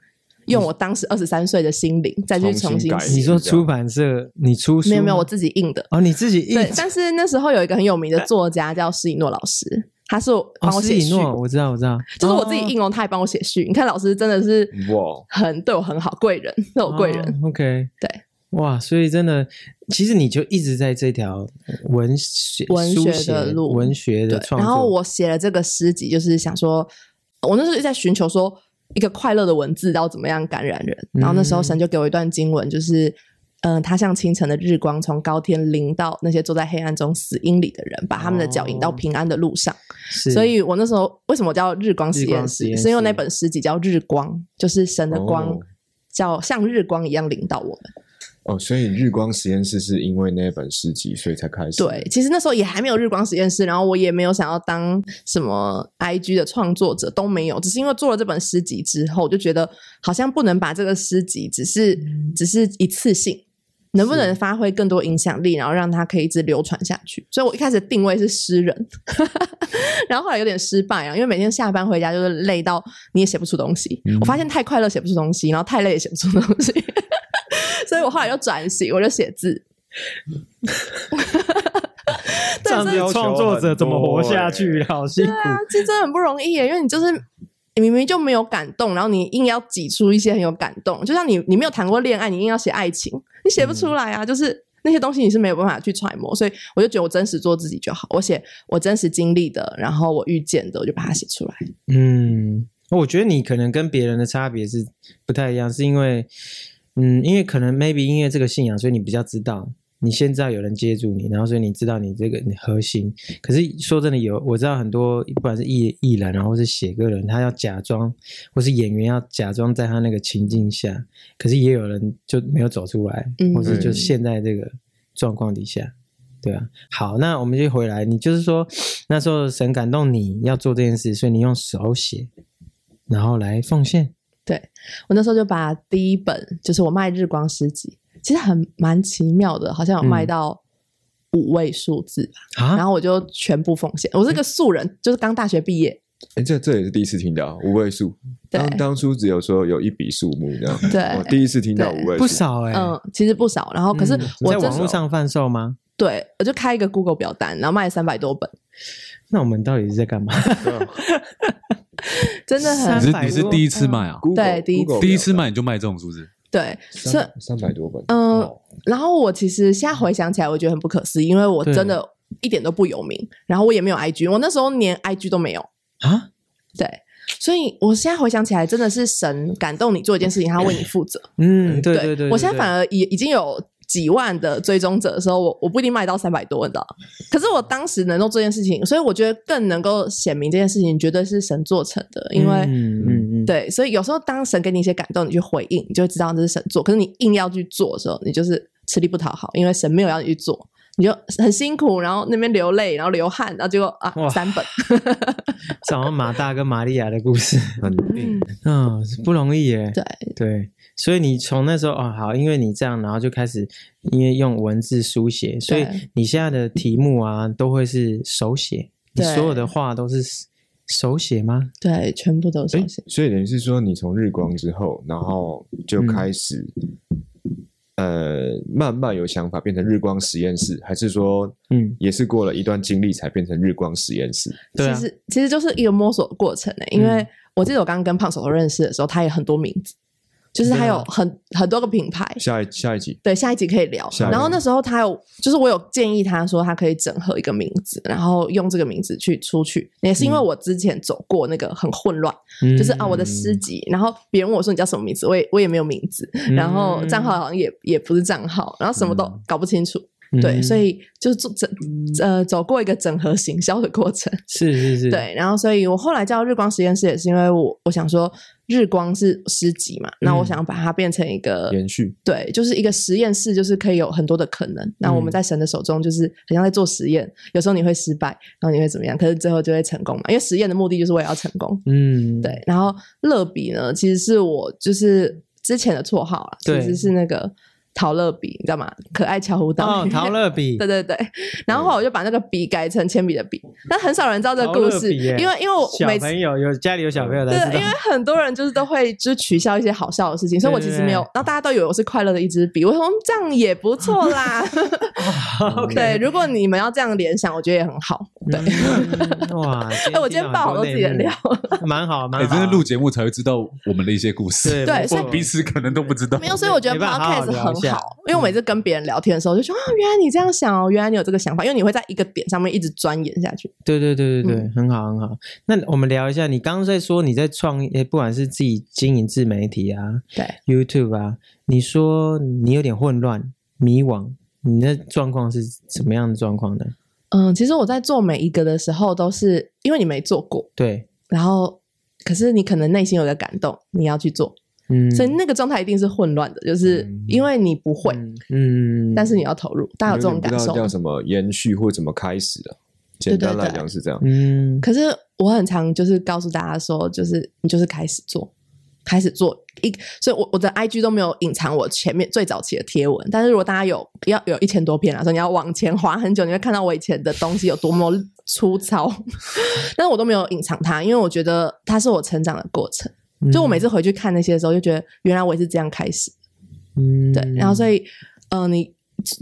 Speaker 3: 用我当时二十三岁的心灵再去
Speaker 2: 重
Speaker 3: 重
Speaker 2: 新
Speaker 3: 新
Speaker 2: 改
Speaker 3: 写。
Speaker 1: 你说出版社你出书
Speaker 3: 没有没有，
Speaker 1: 吗
Speaker 3: 我自己印的。
Speaker 1: 哦你自己印
Speaker 3: 对，但是那时候有一个很有名的作家叫施以诺老师，他是我帮
Speaker 1: 哦，
Speaker 3: 我
Speaker 1: 斯
Speaker 3: 写
Speaker 1: 以
Speaker 3: 序，
Speaker 1: 诺，我知道我知道，
Speaker 3: 就是我自己印哦，他也帮我写序。你看老师真的是
Speaker 2: 哇，哦
Speaker 3: 很对我很好，贵人是我贵人。
Speaker 1: 嗯哦 OK，
Speaker 3: 对，
Speaker 1: 哇，所以真的，其实你就一直在这条文学、
Speaker 3: 文
Speaker 1: 书
Speaker 3: 学
Speaker 1: 写
Speaker 3: 的路
Speaker 1: 文学的
Speaker 3: 对，
Speaker 1: 创
Speaker 3: 然
Speaker 1: 作。
Speaker 3: 后我写了这个诗集，就是想说，我那时候就在寻求说一个快乐的文字要怎么样感染人。然后那
Speaker 1: 嗯
Speaker 3: 时候神就给我一段经文，就是。嗯，它像清晨的日光，从高天临到那些坐在黑暗中死阴里的人，把他们的脚引到
Speaker 1: 哦
Speaker 3: 平安的路上。
Speaker 1: 是，
Speaker 3: 所以我那时候为什么叫日光实
Speaker 1: 日
Speaker 3: 验
Speaker 1: 光
Speaker 3: 室
Speaker 1: 实？验室
Speaker 3: 是因为那本诗集叫《日光》，就是神的光
Speaker 2: 哦，
Speaker 3: 叫、像日光一样领导我们。
Speaker 2: 哦，所以日光实验室是因为那本诗集，所以才开始。
Speaker 3: 对，，其实那时候也还没有日光实验室，然后我也没有想要当什么 IG 的创作者，都没有，只是因为做了这本诗集之后，我就觉得好像不能把这个诗集只是、
Speaker 2: 嗯
Speaker 3: 只是一次性。能不能发挥更多影响力，然后让它可以一直流传下去？所以我一开始定位是诗人， 然后后来有点失败啊，因为每天下班回家就是累到你也写不出东西。
Speaker 2: 嗯
Speaker 3: 我发现太快乐写不出东西，然后太累也写不出东西， 所以我后来就转型，我就写字。
Speaker 1: 这样子
Speaker 4: 要求
Speaker 1: 创作者怎么活下
Speaker 4: 很
Speaker 1: 去
Speaker 4: 多
Speaker 1: 啊？好辛苦。
Speaker 3: 对啊，这真的很不容易耶，因为你就是你明明就没有感动，然后你硬要挤出一些很有感动，就像你你没有谈过恋爱，你硬要写爱情，你写不
Speaker 1: 嗯
Speaker 3: 出来啊，就是。那些东西你是没有办法去揣摩，所以我就觉得我真实做自己就好。我写我真实经历的，然后我遇见的，我就把它写出来。
Speaker 1: 嗯，我觉得你可能跟别人的差别是不太一样，是因为，嗯，因为可能 maybe 因为这个信仰，所以你比较知道，你现在有人接住你，然后所以你知道你这个你核心。可是说真的有，我知道很多不管是艺艺人啊，或是写歌人，他要假装，或是演员要假装在他那个情境下，可是也有人就没有走出来，
Speaker 3: 嗯
Speaker 1: 或是就
Speaker 2: 嗯
Speaker 1: 现在这个状况底下。对啊，好，那我们就回来。你就是说，那时候神感动你要做这件事，所以你用手写，然后来奉献。
Speaker 3: 我那时候就把第一本，就是我卖日光诗集，其实很蛮奇妙的，好像有卖
Speaker 1: 嗯
Speaker 3: 到五位数字吧。然
Speaker 1: 啊，
Speaker 3: 后我就全部奉献。我是个素人，就是刚大学毕业，
Speaker 2: 哎，这这也是第一次听到五位数。
Speaker 3: 对
Speaker 2: 当当初只有说有一笔数目这样，
Speaker 3: 对
Speaker 2: 我第一次听到
Speaker 3: 对
Speaker 2: 五位数，
Speaker 1: 不少哎、
Speaker 3: 嗯，其实不少。然后可是
Speaker 1: 嗯
Speaker 3: 我
Speaker 1: 在
Speaker 3: 真
Speaker 1: 网
Speaker 3: 是
Speaker 1: 络上贩售吗？
Speaker 3: 对，我就开一个 Google 表单，然后卖了三百多本，
Speaker 1: 那我们到底是在干嘛？
Speaker 3: 真的
Speaker 1: 三
Speaker 5: 你
Speaker 3: 很
Speaker 5: 是
Speaker 1: 百
Speaker 5: 你是
Speaker 1: 多嗯
Speaker 5: 第一次卖啊？
Speaker 2: Google-
Speaker 3: 对第一
Speaker 2: Google
Speaker 5: 第一次卖你就卖这种数字？
Speaker 3: 对。是
Speaker 2: 三三百多本，
Speaker 3: 嗯
Speaker 2: 哦
Speaker 3: 然后我其实现在回想起来，我觉得很不可思议，因为我
Speaker 1: 对
Speaker 3: 真的一点都不有名，然后我也没有 IG，我那时候连 IG 都没有。
Speaker 1: 啊，
Speaker 3: 对，所以我现在回想起来，真的是神感动你做一件事情，他为你负责。
Speaker 1: 嗯， 对对对
Speaker 3: 我现在反
Speaker 1: 而
Speaker 3: 而已已经有几万的追踪者的时候，我我不一定卖到三百多，你知道？可是我当时能够做这件事情，所以我觉得更能够显明这件事情绝对是神做成的，因为、
Speaker 1: 嗯嗯嗯，
Speaker 3: 对，所以有时候当神给你一些感动，你去回应，你就会知道这是神做。可是你硬要去做的时候，你就是吃力不讨好，因为神没有要你去做。你就很辛苦，然后那边流泪，然后流汗，然后结果啊
Speaker 1: 哇，
Speaker 3: 三本，
Speaker 1: 这好像马大跟玛利亚的故事，
Speaker 2: 很硬，
Speaker 1: 嗯，不容易耶。
Speaker 3: 对
Speaker 1: 对，所以你从那时候哦，好，因为你这样，然后就开始因为用文字书写，所以
Speaker 3: 对
Speaker 1: 你现在的题目啊都会是手写，你
Speaker 3: 对
Speaker 1: 所有的话都是手写吗？
Speaker 3: 对，全部都是
Speaker 2: 哎
Speaker 3: 手写，，
Speaker 2: 所以等于是说，你从日光之后，然后就开始、呃，慢慢有想法，变成日光实验室，还是说，
Speaker 1: 嗯，
Speaker 2: 也是过了一段经历才变成日光实验室？
Speaker 1: 对啊
Speaker 3: 其，实其实就是一个摸索的过程呢、因为
Speaker 1: 嗯
Speaker 3: 我记得我刚刚跟胖手头认识的时候，他也很多名字，就是他
Speaker 1: 对啊
Speaker 3: 有很、很多个品牌。
Speaker 2: 下一下一集，
Speaker 3: 对，下一集可以聊。
Speaker 2: 下一集
Speaker 3: 然后那时候他有，就是我有建议他说，他可以整合一个名字，然后用这个名字去出去。也是因为我之前走过那个很混乱，
Speaker 1: 嗯
Speaker 3: 就是啊，我的诗集，然后别人问我说你叫什么名字，我也我也没有名字， 然后账号好像也也不是账号，然后什么都搞不清楚。对，所
Speaker 1: 以
Speaker 3: 以就是做整呃走过一个整合行销的过程。
Speaker 1: 是是是，，
Speaker 3: 对，然后所以我后来叫日光实验室，也是因为我我想说日光是诗集嘛，那我
Speaker 1: 嗯
Speaker 3: 想把它变成一个、
Speaker 2: 延续
Speaker 3: 对，就是一个实验室，就是可以有很多的可能。那我们
Speaker 1: 嗯
Speaker 3: 在神的手中，就是很像在做实验，有时候你会失败，然后你会怎么样，可是最后就会成功嘛，因为实验的目的就是为了要成功。
Speaker 1: 嗯，
Speaker 3: 对，然后乐比呢，其实是我就是之前的绰号啦，其
Speaker 1: 对
Speaker 3: 实是那个陶乐比，你知道吗？可爱巧虎岛
Speaker 1: 哦，陶乐比
Speaker 3: 对，对对，然后后来我就把那个笔改成铅笔的笔，但很少人知道这个故
Speaker 1: 陶乐
Speaker 3: 事，
Speaker 1: 比耶
Speaker 3: 因为因为我
Speaker 1: 小
Speaker 3: 每次
Speaker 1: 朋友有家里有小朋友才
Speaker 3: 对，
Speaker 1: 知道，
Speaker 3: 因为很多人就是都会就是取笑一些好笑的事情，所以我其实没有
Speaker 1: 对对，
Speaker 3: 然后大家都以为我是快乐的一支笔，我说嗯这样也不错 啦。对，如果你们要这样联想，我觉得也很好。对，
Speaker 1: 嗯哇，
Speaker 3: 哎，我今天爆好多自己的料，
Speaker 1: 蛮好蛮
Speaker 2: 啊
Speaker 5: 哎，
Speaker 1: 好，
Speaker 5: 真的录节目才会知道我们的一些故事，
Speaker 1: 对
Speaker 3: 对
Speaker 1: 不
Speaker 3: 所以
Speaker 1: 过
Speaker 5: 彼此可能都不知道。
Speaker 3: 没有，所以我觉得
Speaker 1: 没办法好好
Speaker 3: podcast
Speaker 1: 聊一
Speaker 3: 很
Speaker 1: 下
Speaker 3: 好，因为我每次跟别人聊天的时候就说啊，原来你这样想哦，原来你有这个想法，因为你会在一个点上面一直钻研下去。
Speaker 1: 对对对对对，
Speaker 3: 嗯
Speaker 1: 很好很好。那我们聊一下，你刚刚在说你在创业，不管是自己经营自媒体啊、
Speaker 3: 对，
Speaker 1: YouTube 啊，你说你有点混乱、迷惘，你的状况是什么样的状况呢？
Speaker 3: 嗯，其实我在做每一个的时候，都是因为你没做过，
Speaker 1: 对，
Speaker 3: 然后可是你可能内心有个感动，你要去做，
Speaker 1: 嗯，
Speaker 3: 所以那个状态一定是混乱的，就是
Speaker 2: 嗯
Speaker 3: 因为你不会，
Speaker 1: 嗯嗯，
Speaker 3: 但是你要投入，大家有这种
Speaker 2: 你有点不
Speaker 3: 感
Speaker 2: 知
Speaker 3: 受
Speaker 2: 道叫。什么延续或怎么开始啊？简单来讲是这样，
Speaker 1: 嗯，
Speaker 3: 可是我很常就是告诉大家说，就是你就是开始做，开始做一，所以我我的 IG 都没有隐藏我前面最早期的贴文。但是如果大家有要有一千多篇啊，所以你要往前滑很久，你会看到我以前的东西有多么粗糙， 但是我都没有隐藏它，因为我觉得它是我成长的过程。
Speaker 1: 嗯
Speaker 3: 就我每次回去看那些的时候，就觉得原来我也是这样开始。
Speaker 1: 嗯
Speaker 3: 对，然后所以，嗯、你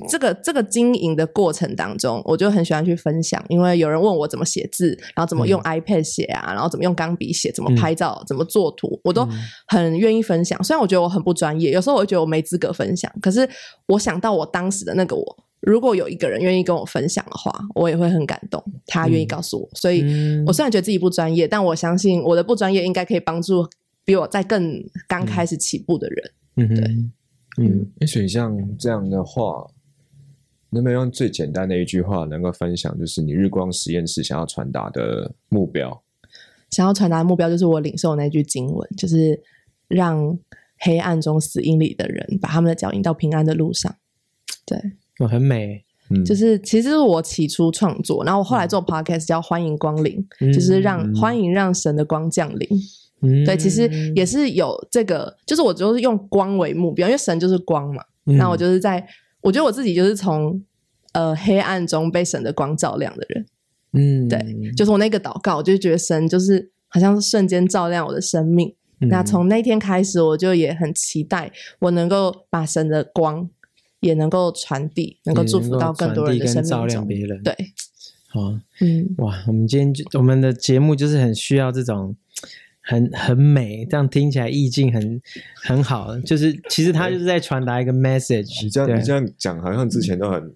Speaker 3: 这个这个经营的过程当中，我就很喜欢去分享，因为有人问我怎么写字，然后怎么用
Speaker 1: 嗯
Speaker 3: iPad 写啊，然后怎么用钢笔写，怎么拍照，怎么做图，我
Speaker 1: 嗯
Speaker 3: 都很愿意分享。虽然我觉得我很不专业，有时候我会觉得我没资格分享，可是我想到我当时的那个我，如果有一个人愿意跟我分享的话，我也会很感动，他愿意告诉我。所以
Speaker 1: 嗯
Speaker 3: 我虽然觉得自己不专业，但我相信我的不专业应该可以帮助比我在更刚开始起步的人。
Speaker 1: 嗯
Speaker 3: 对
Speaker 1: 哼，嗯，
Speaker 2: 也许像这样的话，能不能用最简单的一句话能够分享，就是你日光实验室想要传达的目标？
Speaker 3: 想要传达的目标就是我领受的那句经文，就是让黑暗中死荫里的人把他们的脚引到平安的路上。对，
Speaker 1: 我哦很美，
Speaker 2: 嗯，
Speaker 3: 就是其实是我起初创作，然后我后来做 podcast 叫“欢迎光临”，
Speaker 1: 嗯
Speaker 3: 就是让欢迎让神的光降临。
Speaker 1: 嗯，
Speaker 3: 对，其实也是有这个，就是我就是用光为目标，因为神就是光嘛。
Speaker 1: 嗯，
Speaker 3: 那我就是在，我觉得我自己就是从呃黑暗中被神的光照亮的人。
Speaker 1: 嗯，
Speaker 3: 对就是我那个祷告，我就觉得神就是好像是瞬间照亮我的生命。
Speaker 1: 嗯
Speaker 3: 那从那天开始，我就也很期待我能够把神的光也能够传递，能够祝福到更多人的生
Speaker 1: 也能够传递跟照亮
Speaker 3: 命中。
Speaker 1: 别人，
Speaker 3: 对，
Speaker 1: 好
Speaker 3: 嗯，
Speaker 1: 哇，我们今天就我们的节目就是很需要这种。很很美，这样听起来意境很很好，就是其实它就是在传达一个 message。
Speaker 2: 你这样
Speaker 1: 对
Speaker 2: 你这样讲，好像之前都很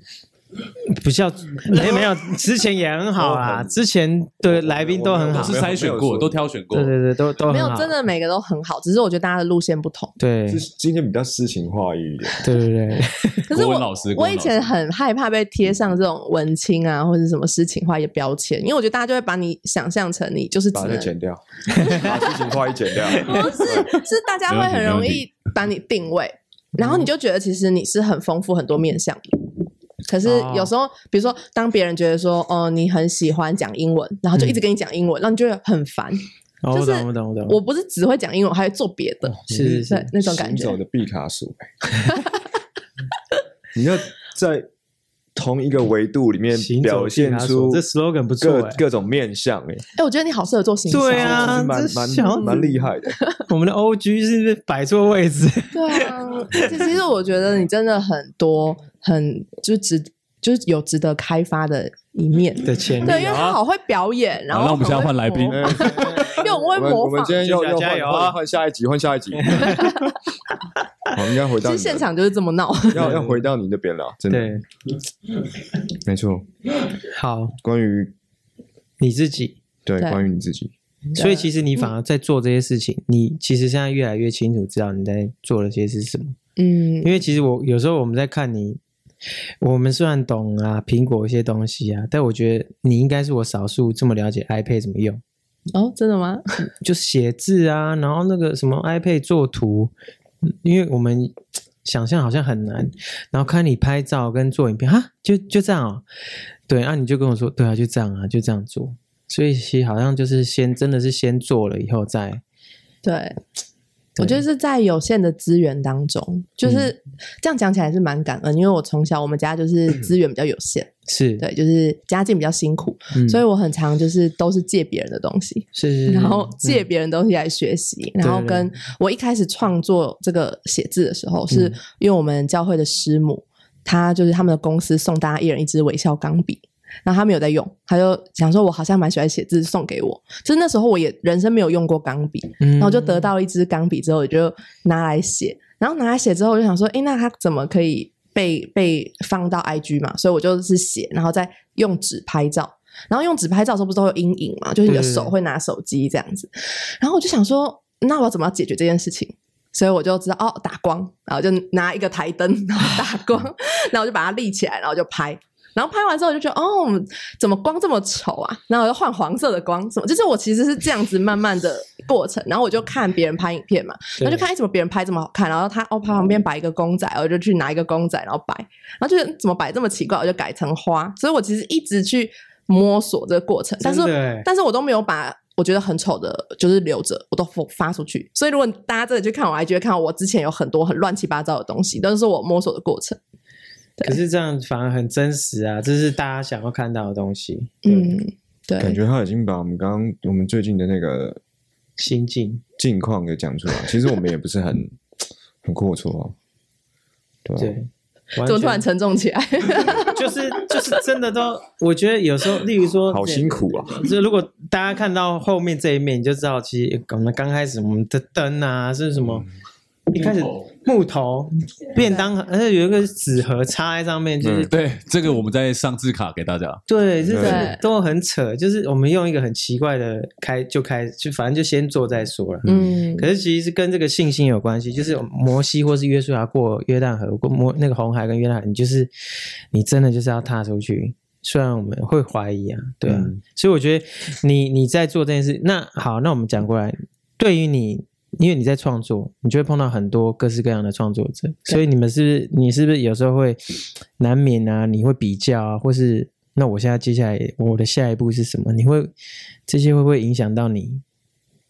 Speaker 1: 不叫，没有没有，之前也很好啦，之前的来宾都很
Speaker 2: 我
Speaker 1: 好
Speaker 5: 都是，筛
Speaker 2: 没
Speaker 5: 选
Speaker 2: 有没
Speaker 5: 过，
Speaker 2: 有
Speaker 5: 都挑选过
Speaker 1: 对。对对，都都很
Speaker 3: 没有
Speaker 1: 好啊
Speaker 3: 真的每个都很好，只是我觉得大家的路线不同。
Speaker 1: 对
Speaker 2: 就是今天比较诗情画意一点。
Speaker 1: 对对对，
Speaker 3: 可是
Speaker 5: 国
Speaker 3: 我
Speaker 5: 文老师国
Speaker 3: 我
Speaker 5: 文
Speaker 3: 以
Speaker 5: 老师
Speaker 3: 前很害怕被贴上这种文青啊或者什么诗情画意的标签，因为我觉得大家就会把你想象成你就是只
Speaker 2: 把它
Speaker 3: 能
Speaker 2: 剪掉， 把诗情画意剪 掉。
Speaker 3: 不哦是， 是大家会很容易把你定位，然后你就觉得其实你是很丰富很多面向的。可是
Speaker 1: 哦
Speaker 3: 有时候，比如说，当别人觉得说，哦，你很喜欢讲英文，然后就一直跟你讲英文，让你觉得很烦。
Speaker 1: 哦我
Speaker 3: 就是
Speaker 1: 懂我懂我懂，
Speaker 3: 我不是只会讲英文，我还会做别的，
Speaker 1: 是是
Speaker 3: 对
Speaker 1: 是，
Speaker 3: 那种感
Speaker 2: 行走
Speaker 3: 觉。
Speaker 2: 的毕卡索、 你要在同一个维度里面
Speaker 1: 行走
Speaker 2: 表现
Speaker 1: 毕
Speaker 2: 出
Speaker 1: 卡索这 slogan 不错
Speaker 2: 各
Speaker 1: 欸
Speaker 2: 各种面相、欸，
Speaker 3: 哎，我觉得你好适合做行销，
Speaker 1: 对啊
Speaker 2: 是蛮
Speaker 1: 这小
Speaker 2: 蛮蛮厉害的。
Speaker 1: 我们的 O G 是不是摆错位置？
Speaker 3: 对啊。其其实我觉得你真的很多，很就值，就是有值得开发的一面。
Speaker 1: 的哦前
Speaker 3: 对，
Speaker 1: 面
Speaker 3: 因为他好会表演，然
Speaker 5: 好
Speaker 3: 后
Speaker 5: 那我们现在
Speaker 3: 很会
Speaker 5: 换来宾
Speaker 3: 模
Speaker 2: 嗯
Speaker 3: 因为
Speaker 2: 我
Speaker 3: 我们会
Speaker 2: 们
Speaker 3: 模
Speaker 2: 我们
Speaker 3: 仿
Speaker 2: 今。天要
Speaker 1: 接
Speaker 2: 要
Speaker 1: 下来
Speaker 2: 换
Speaker 1: 加油啊
Speaker 2: 换换下一集，换下一集。 好，应该回
Speaker 3: 其
Speaker 2: 到
Speaker 3: 实
Speaker 2: 你
Speaker 3: 现
Speaker 2: 的
Speaker 3: 场就是这么 闹。
Speaker 2: 要要回到你那边了，真的
Speaker 1: 对，
Speaker 2: 没错。
Speaker 1: 好，
Speaker 2: 关于
Speaker 1: 你自己。
Speaker 2: 对
Speaker 3: 对
Speaker 2: 关于你自己，
Speaker 1: 所以其实你反而在做这些事情，你其实现在越来越清楚知道你在做的些是什么。
Speaker 3: 嗯
Speaker 1: 因为其实我有时候我们在看你，我们虽然懂啊苹果一些东西啊，但我觉得你应该是我少数这么了解 iPad 怎么用，嗯
Speaker 3: 哦，真的吗？
Speaker 1: 就写字啊，然后那个什么 iPad 做图，嗯因为我们想象好像很难，然后看你拍照跟做影片哈，就就这样哦，对，啊你就跟我说，对啊，就这样啊，就这样做，所以其实好像就是先真的是先做了以后再，
Speaker 3: 对，
Speaker 1: 对嗯
Speaker 3: 我觉得是在有限的资源当中，就是、这样讲起来是蛮感恩，因为我从小我们家就是资源比较有限，
Speaker 1: 是，
Speaker 3: 对，就是家境比较辛苦，
Speaker 1: 嗯
Speaker 3: 所以我很常就是都是借别人的东西。
Speaker 1: 是是，是
Speaker 3: 然后
Speaker 1: 嗯
Speaker 3: 借别人东西来学习，然后
Speaker 1: 对
Speaker 3: 跟我一开始创作这个写字的时候，是
Speaker 1: 嗯
Speaker 3: 因为我们教会的师母，她就是他们的公司送大家一人一支微笑钢笔，然后他没有在用，他就想说，我好像蛮喜欢写字，送给我。就是那时候我也人生没有用过钢笔，
Speaker 1: 嗯
Speaker 3: 然后就得到一支钢笔之后，我就拿来写，然后拿来写之后，我就想说，诶，那它怎么可以被被放到 IG 嘛？所以我就是写，然后再用纸拍照。然后用纸拍照的时候不是都有阴影嘛？就是你的
Speaker 1: 对对对
Speaker 3: 手会拿手机这样子。然后我就想说，那我要怎么解决这件事情？所以我就知道哦，打光，然后就拿一个台灯，然后打光，然后我就把它立起来，然后就拍。然后拍完之后我就觉得，哦，怎么光这么丑啊？然后我就换黄色的光，什么？就是我其实是这样子慢慢的过程。然后我就看别人拍影片嘛，
Speaker 1: 对
Speaker 3: 然后就看哎怎么别人拍这么好看，然后他哦旁边摆一个公仔，我就去拿一个公仔然后摆，然后就是怎么摆这么奇怪，我就改成花。所以我其实一直去摸索这个过程，但是
Speaker 1: 真的欸
Speaker 3: 但是我都没有把我觉得很丑的，就是留着，我都发发出去。所以如果大家真的去看我 IG，会看到我之前有很多很乱七八糟的东西，都是我摸索的过程。
Speaker 1: 可是这样反而很真实啊，这是大家想要看到的东西。对，
Speaker 3: 嗯，对，
Speaker 2: 感觉他已经把我们刚刚我们最近的那个
Speaker 1: 心境，
Speaker 2: 近况给讲出来。其实我们也不是很很过错啊，对啊
Speaker 1: 对，完
Speaker 3: 怎么突
Speaker 1: 全
Speaker 3: 然沉重起来？
Speaker 1: 就是就是真的都，我觉得有时候，例如说，
Speaker 2: 好辛苦啊！
Speaker 1: 就如果大家看到后面这一面，你就知道，其实我们刚开始我们的灯啊是什么，
Speaker 2: 嗯
Speaker 1: 一开始木头便当，而且有一个纸盒插在上面，
Speaker 2: 嗯
Speaker 1: 就是、
Speaker 5: 对，这个我们在上字卡给大家。
Speaker 1: 对，这
Speaker 3: 对
Speaker 1: 个都很扯，就是我们用一个很奇怪的开就开，就反正就先做再说了。
Speaker 3: 嗯，
Speaker 1: 可是其实是跟这个信心有关系，就是摩西或是约书亚过约旦河，过摩那个红海跟约旦河，你就是你真的就是要踏出去。虽然我们会怀疑啊，对啊，所以我觉得你你在做这件事，那好，那我们讲过来，对于你，因为你在创作，你就会碰到很多各式各样的创作者，所以你们是不是你是不是有时候会难免啊，你会比较啊，或是那我现在接下来我的下一步是什么？你会这些会不会影响到你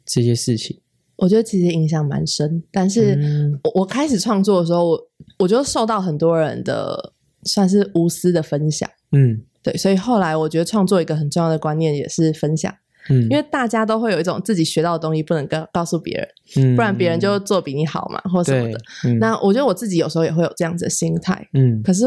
Speaker 1: 这些事情？
Speaker 3: 我觉得其实影响蛮深，但是
Speaker 1: 嗯
Speaker 3: 我我开始创作的时候，我我就受到很多人的算是无私的分享，
Speaker 1: 嗯
Speaker 3: 对，所以后来我觉得创作一个很重要的观念也是分享，
Speaker 1: 嗯，
Speaker 3: 因为大家都会有一种自己学到的东西不能告告诉别人，
Speaker 1: 为
Speaker 3: 不然别人就做比你好嘛，或什么
Speaker 1: 嗯
Speaker 3: 的。，
Speaker 1: 嗯对嗯
Speaker 3: 那我觉得我自己有时候也会有这样子的心态，
Speaker 1: 嗯
Speaker 3: 可是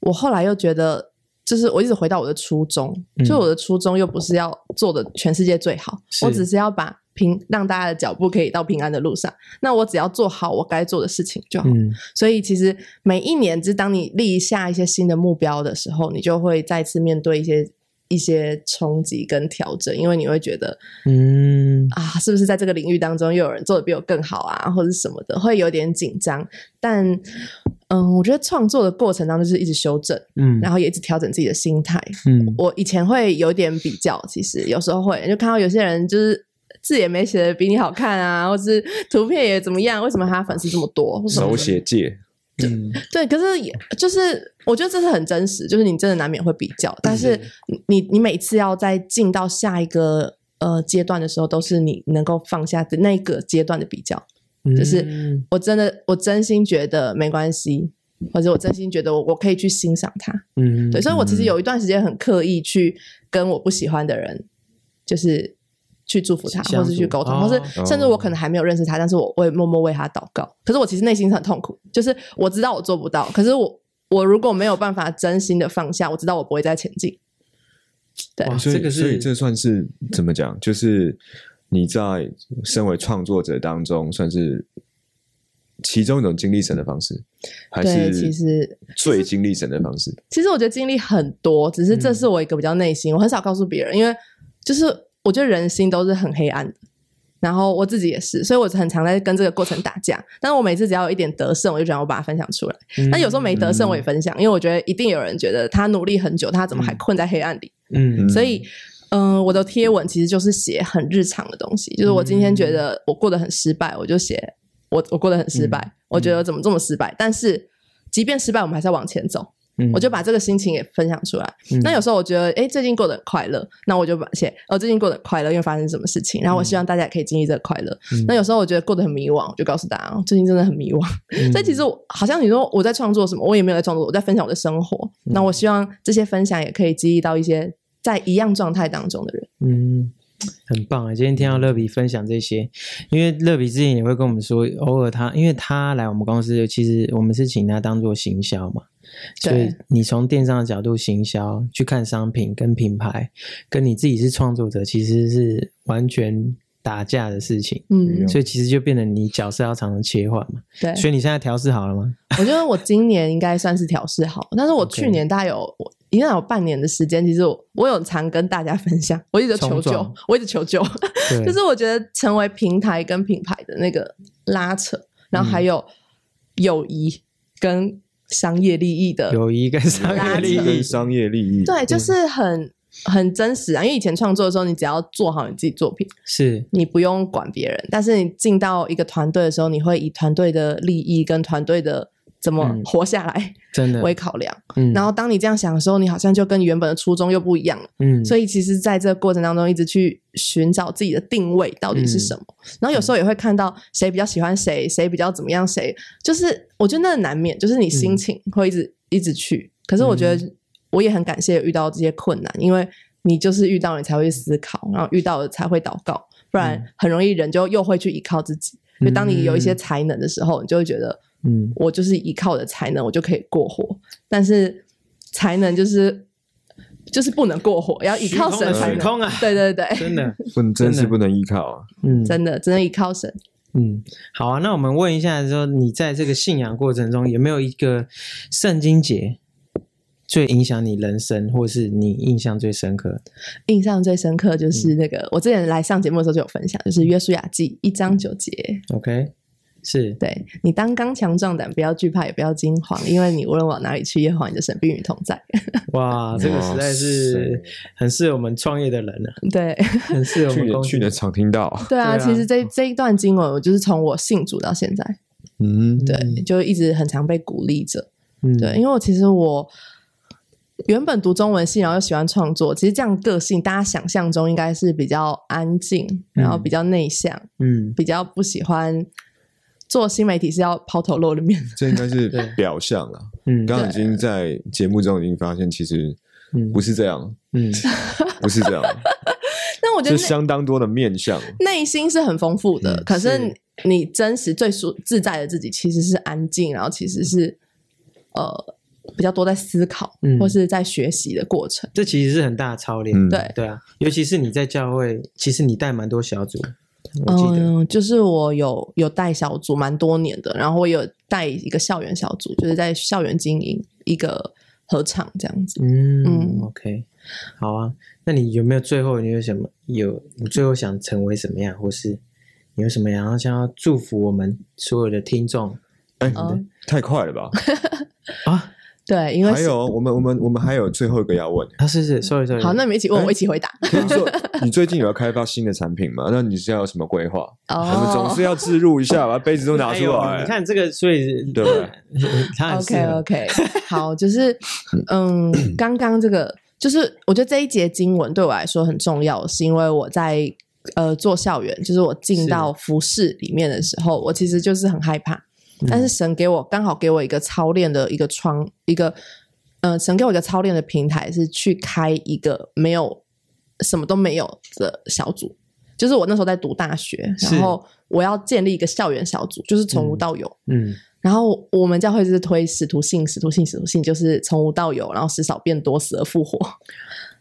Speaker 3: 我后来又觉得，就是我一直回到我的初衷，
Speaker 1: 嗯
Speaker 3: 就我的初衷又不是要做的全世界最好，
Speaker 1: 是
Speaker 3: 我只是要把平让大家的脚步可以到平安的路上。那我只要做好我该做的事情就好。
Speaker 1: 嗯
Speaker 3: 所以其实每一年，就是当你立下一些新的目标的时候，你就会再次面对一些。一些冲击跟调整，因为你会觉得
Speaker 1: 嗯
Speaker 3: 啊，是不是在这个领域当中又有人做的比我更好啊，或者是什么的，会有点紧张。但嗯，我觉得创作的过程当中就是一直修正，
Speaker 1: 嗯，
Speaker 3: 然
Speaker 1: 后
Speaker 3: 后也一直调整自己的心态。
Speaker 1: 嗯
Speaker 3: 我以前会有点比较，其实有时候会就看到有些人就是字也没写的比你好看啊，或是图片也怎么样，为什么他粉丝这么多？或什么
Speaker 2: 手
Speaker 3: 的
Speaker 2: 写界，
Speaker 1: 嗯
Speaker 3: 对，可是也就是我觉得这是很真实，就是你真的难免会比
Speaker 2: 嗯
Speaker 3: 较，但是你你你每次要在进到下一个呃阶段的时候，都是你能够放下的那个阶段的比较。
Speaker 1: 嗯
Speaker 3: 就是我真的我真心觉得没关系，或者我真心觉得我我可以去欣赏它。
Speaker 1: 嗯
Speaker 3: 对，所以我其实有一段时间很刻意去跟我不喜欢的人，就是去祝福他，
Speaker 1: 相
Speaker 3: 或是去
Speaker 1: 处
Speaker 3: 沟通，
Speaker 1: 哦
Speaker 3: 或是甚至我可能还没有认识他，但是我会默默为他祷告。可是我其实内心是很痛苦，就是我知道我做不到，可是我我如果没有办法真心的放下，我知道我不会再前进。对
Speaker 1: 哇
Speaker 2: 所以
Speaker 1: 啊这个
Speaker 2: 所以
Speaker 1: 是
Speaker 2: 这算是怎么讲？就是你在身为创作者当中，算是其中一种经历神的方式，还
Speaker 3: 对
Speaker 2: 是
Speaker 3: 其实
Speaker 2: 最经历神的方式？
Speaker 3: 其实我觉得经历很多，只是这是我一个比较内心，我很少告诉别人，因为就是我觉得人心都是很黑暗的。然后我自己也是，所以我很常在跟这个过程打架。但是我每次只要有一点得胜，我就想要把它分享出来。
Speaker 1: 嗯
Speaker 3: 那有时候没得胜，我也分享，因为我觉得一定有人觉得他努力很久，他怎么还困在黑暗里？
Speaker 1: 嗯
Speaker 2: 嗯
Speaker 3: 所以，嗯、我的贴文其实就是写很日常的东西，就是我今天觉得我过得很失败，我就写我我过得很失败，我觉得怎么这么失败？但是即便失败，我们还是要往前走。
Speaker 1: 嗯
Speaker 3: 我就把这个心情也分享出来。
Speaker 1: 嗯
Speaker 3: 那有时候我觉得，哎，最近过得很快乐，那我就把写，哦，最近过得很快乐，因为发生什么事情，然后我希望大家也可以经历这个快乐。
Speaker 1: 嗯
Speaker 3: 那有时候我觉得过得很迷惘，我就告诉大家，哦最近真的很迷惘。
Speaker 1: 嗯
Speaker 3: 所以其实我好像你说我在创作什么，我也没有在创作，我在分享我的生活。
Speaker 1: 嗯
Speaker 3: 那我希望这些分享也可以激励到一些在一样状态当中的人。
Speaker 1: 嗯，很棒啊！今天听到乐比分享这些，因为乐比之前也会跟我们说，偶尔他因为他来我们公司，其实我们是请他当做行销嘛，所以
Speaker 3: 对
Speaker 1: 你从电商的角度行销去看商品跟品牌，跟你自己是创作者，其实是完全打架的事情。
Speaker 3: 嗯，
Speaker 1: 所以其实就变成你角色要常常切换嘛，
Speaker 3: 对，
Speaker 1: 所以你现在调试好了吗？
Speaker 3: 我觉得我今年应该算是调试好，但是我
Speaker 1: OK
Speaker 3: 去年大概有我应该有半年的时间，其实我我有常跟大家分享，我一直求
Speaker 1: 冲
Speaker 3: 救
Speaker 1: 撞，
Speaker 3: 我一直求救，
Speaker 1: 对，
Speaker 3: 就是我觉得成为平台跟品牌的那个拉扯，然后还
Speaker 1: 嗯
Speaker 3: 有友谊跟商业利益的
Speaker 1: 友嗯谊跟商业
Speaker 3: 拉
Speaker 1: 利
Speaker 3: 扯
Speaker 1: 益
Speaker 2: 跟，商业利益，
Speaker 3: 对，就是很很真实啊。因为以前创作的时候，你只要做好你自己作品，
Speaker 1: 是
Speaker 3: 你不用管别人。但是你进到一个团队的时候，你会以团队的利益跟团队的怎么
Speaker 1: 嗯
Speaker 3: 活下来
Speaker 1: 真的。
Speaker 3: 为考量。
Speaker 1: 嗯
Speaker 3: 然后当你这样想的时候，你好像就跟你原本的初衷又不一样了。
Speaker 1: 嗯，
Speaker 3: 所
Speaker 1: 以
Speaker 3: 以其实在这个过程当中，一直去寻找自己的定位到底是什么。然后有时候也会看到谁比较喜欢谁，谁比较怎么样，谁就是我觉得那难免，就是你心情会一直、一直去。可是我觉得我也很感谢遇到这些困难，因为你就是遇到你才会去思考，然后遇到了才会祷告，不然很容易人就又会去依靠自己。就当你有一些才能的时候，你就会觉得
Speaker 1: 嗯
Speaker 3: 我就是依靠我的才能，我就可以过活。但是才能就是就是不能过火，要依靠神才
Speaker 1: 虚
Speaker 3: 能。
Speaker 1: 空啊
Speaker 3: 对对对，
Speaker 1: 真的，
Speaker 2: 不能真是
Speaker 1: 真的
Speaker 2: 不能依靠啊。
Speaker 1: 嗯，
Speaker 3: 真的只能依靠神。
Speaker 1: 嗯，好啊。那我们问一下说你在这个信仰过程中有没有一个圣经节最影响你人生，或是你印象最深刻？
Speaker 3: 印象最深刻就是
Speaker 1: 嗯
Speaker 3: 那个，我之前来上节目的时候就有分享，就是《约书亚记》一章九节，
Speaker 1: OK，是
Speaker 3: 对你当刚强壮胆，不要惧怕，也不要惊慌，因为你无论往哪里去，耶和华你的神必与你同在。
Speaker 1: 哇，这个实在是很适合我们创业的人了、
Speaker 3: 对，
Speaker 1: 很适合我
Speaker 2: 去
Speaker 1: 们
Speaker 2: 年
Speaker 1: 公司
Speaker 2: 去年常听到，
Speaker 3: 对啊，
Speaker 1: 对啊
Speaker 3: 其实这这一段经文，我就是从我信主到现在，
Speaker 2: 嗯，
Speaker 3: 对，
Speaker 1: 嗯
Speaker 3: 就一直很常被鼓励着。
Speaker 1: 嗯
Speaker 3: 对，因为我其实我原本读中文系，然后又喜欢创作，其实这样个性，大家想象中应该是比较安静，然后比较内向，
Speaker 1: 嗯
Speaker 3: 比较不喜欢做新媒体是要抛头露面 的。
Speaker 2: 这应该是
Speaker 1: 对
Speaker 2: 表象了。
Speaker 1: 嗯
Speaker 2: 刚刚已经在节目中已经发现，其实
Speaker 1: 嗯
Speaker 2: 不是这 样，
Speaker 1: 嗯
Speaker 2: 不是这样，
Speaker 3: 但我
Speaker 2: 这
Speaker 3: 觉得
Speaker 2: 相当多的面相。
Speaker 3: 内内心是很丰富的，
Speaker 1: 嗯
Speaker 3: 可是
Speaker 1: 是
Speaker 3: 你真实最舒自在的自己其实是安静，然后其实是呃比较多在思考、
Speaker 1: 嗯
Speaker 3: 或是在学习的过程。
Speaker 1: 这其实是很大的操练。
Speaker 2: 嗯，
Speaker 3: 对，
Speaker 1: 对啊，尤其是你在教会，其实你带蛮多小组，我记得。
Speaker 3: 嗯，就是我有有带小组蛮多年的，然后我有带一个校园小组，就是在校园经营一个合唱这样子。
Speaker 1: 嗯
Speaker 3: 嗯
Speaker 1: o k 好啊。那你有没有最后你有什么有你最后想成为什么样，或是你有什么想要想要祝福我们所有的听众
Speaker 2: 哎，
Speaker 3: 嗯
Speaker 2: 太快了吧？
Speaker 1: 啊？
Speaker 3: 对，因为
Speaker 2: 还
Speaker 3: 是
Speaker 2: 有，我们我们我们还有最后一个要 问，
Speaker 1: 啊，是是，sorry sorry，
Speaker 3: 好，那你们一起问，
Speaker 2: 哎
Speaker 3: 我一起回答。
Speaker 2: 听说你最近有要开发新的产品吗？那你是要有什么规划？我们总
Speaker 3: 哦
Speaker 2: 是要置入一下，把杯子都拿
Speaker 1: 哎
Speaker 2: 出
Speaker 1: 呦
Speaker 2: 来。
Speaker 1: 你看这个，所以
Speaker 2: 对不对，
Speaker 1: 他很适
Speaker 3: OK
Speaker 1: 合
Speaker 3: OK，好，就是嗯，刚刚这个就是我觉得这一节经文对我来说很重要，是因为我在呃做校园，就是我进
Speaker 1: 是
Speaker 3: 到服饰里面的时候，我其实就是很害怕，
Speaker 1: 嗯
Speaker 3: 但是神给我刚好给我一个操练的一个窗，一个呃，神给我一个操练的平台，是去开一个没有什么都没有的小组。就是我那时候在读大学，
Speaker 1: 是
Speaker 3: 然后我要建立一个校园小组，就是从无
Speaker 1: 嗯
Speaker 3: 到有。
Speaker 1: 嗯
Speaker 3: 然后我们教会就是推使徒信，使徒信，使徒信，就是从无到有，然后死少变多，死而复活。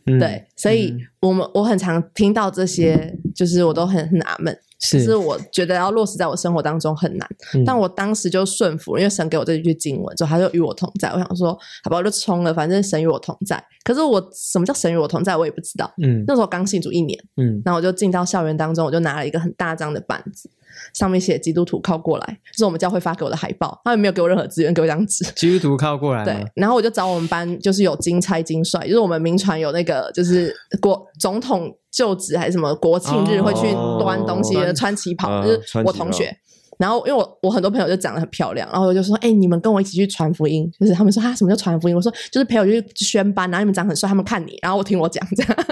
Speaker 1: 嗯，
Speaker 3: 对，所以
Speaker 1: 嗯
Speaker 3: 我们我很常听到这些，就是我都很很纳闷，
Speaker 1: 是
Speaker 3: 就是我觉得要落实在我生活当中很难。
Speaker 1: 嗯
Speaker 3: 但我当时就顺服，因为神给我这句经文之后，他就与我同在。我想说，好吧，我就冲了，反正神与我同在。可是我什么叫神与我同在，我也不知道。
Speaker 1: 嗯
Speaker 3: 那时候刚信主一年，
Speaker 1: 嗯
Speaker 3: 然后我就进到校园当中，我就拿了一个很大张的板子，上面写“基督徒靠过来”，这是我们教会发给我的海报，他们没有给我任何资源，给我一 张纸。
Speaker 1: 基督徒靠过来
Speaker 2: 嗯
Speaker 3: 对
Speaker 1: 吗？，
Speaker 3: 然后我就找我们班，就是有金钗、金帅，就是我们民传有那个，就是国总统就职还是什么国庆日
Speaker 1: 哦
Speaker 3: 会去端东西，
Speaker 1: 端
Speaker 3: 穿旗袍，
Speaker 2: 啊
Speaker 3: 就是
Speaker 2: 穿旗
Speaker 3: 我
Speaker 2: 袍
Speaker 3: 同学。然后因为我我很多朋友就长得很漂亮，然后我就说，哎、你们跟我一起去传福音，就是他们说啊，什么叫传福音？我说就是陪我去宣班，然后你们长得很帅，他们看你，然后我听我讲这样。哎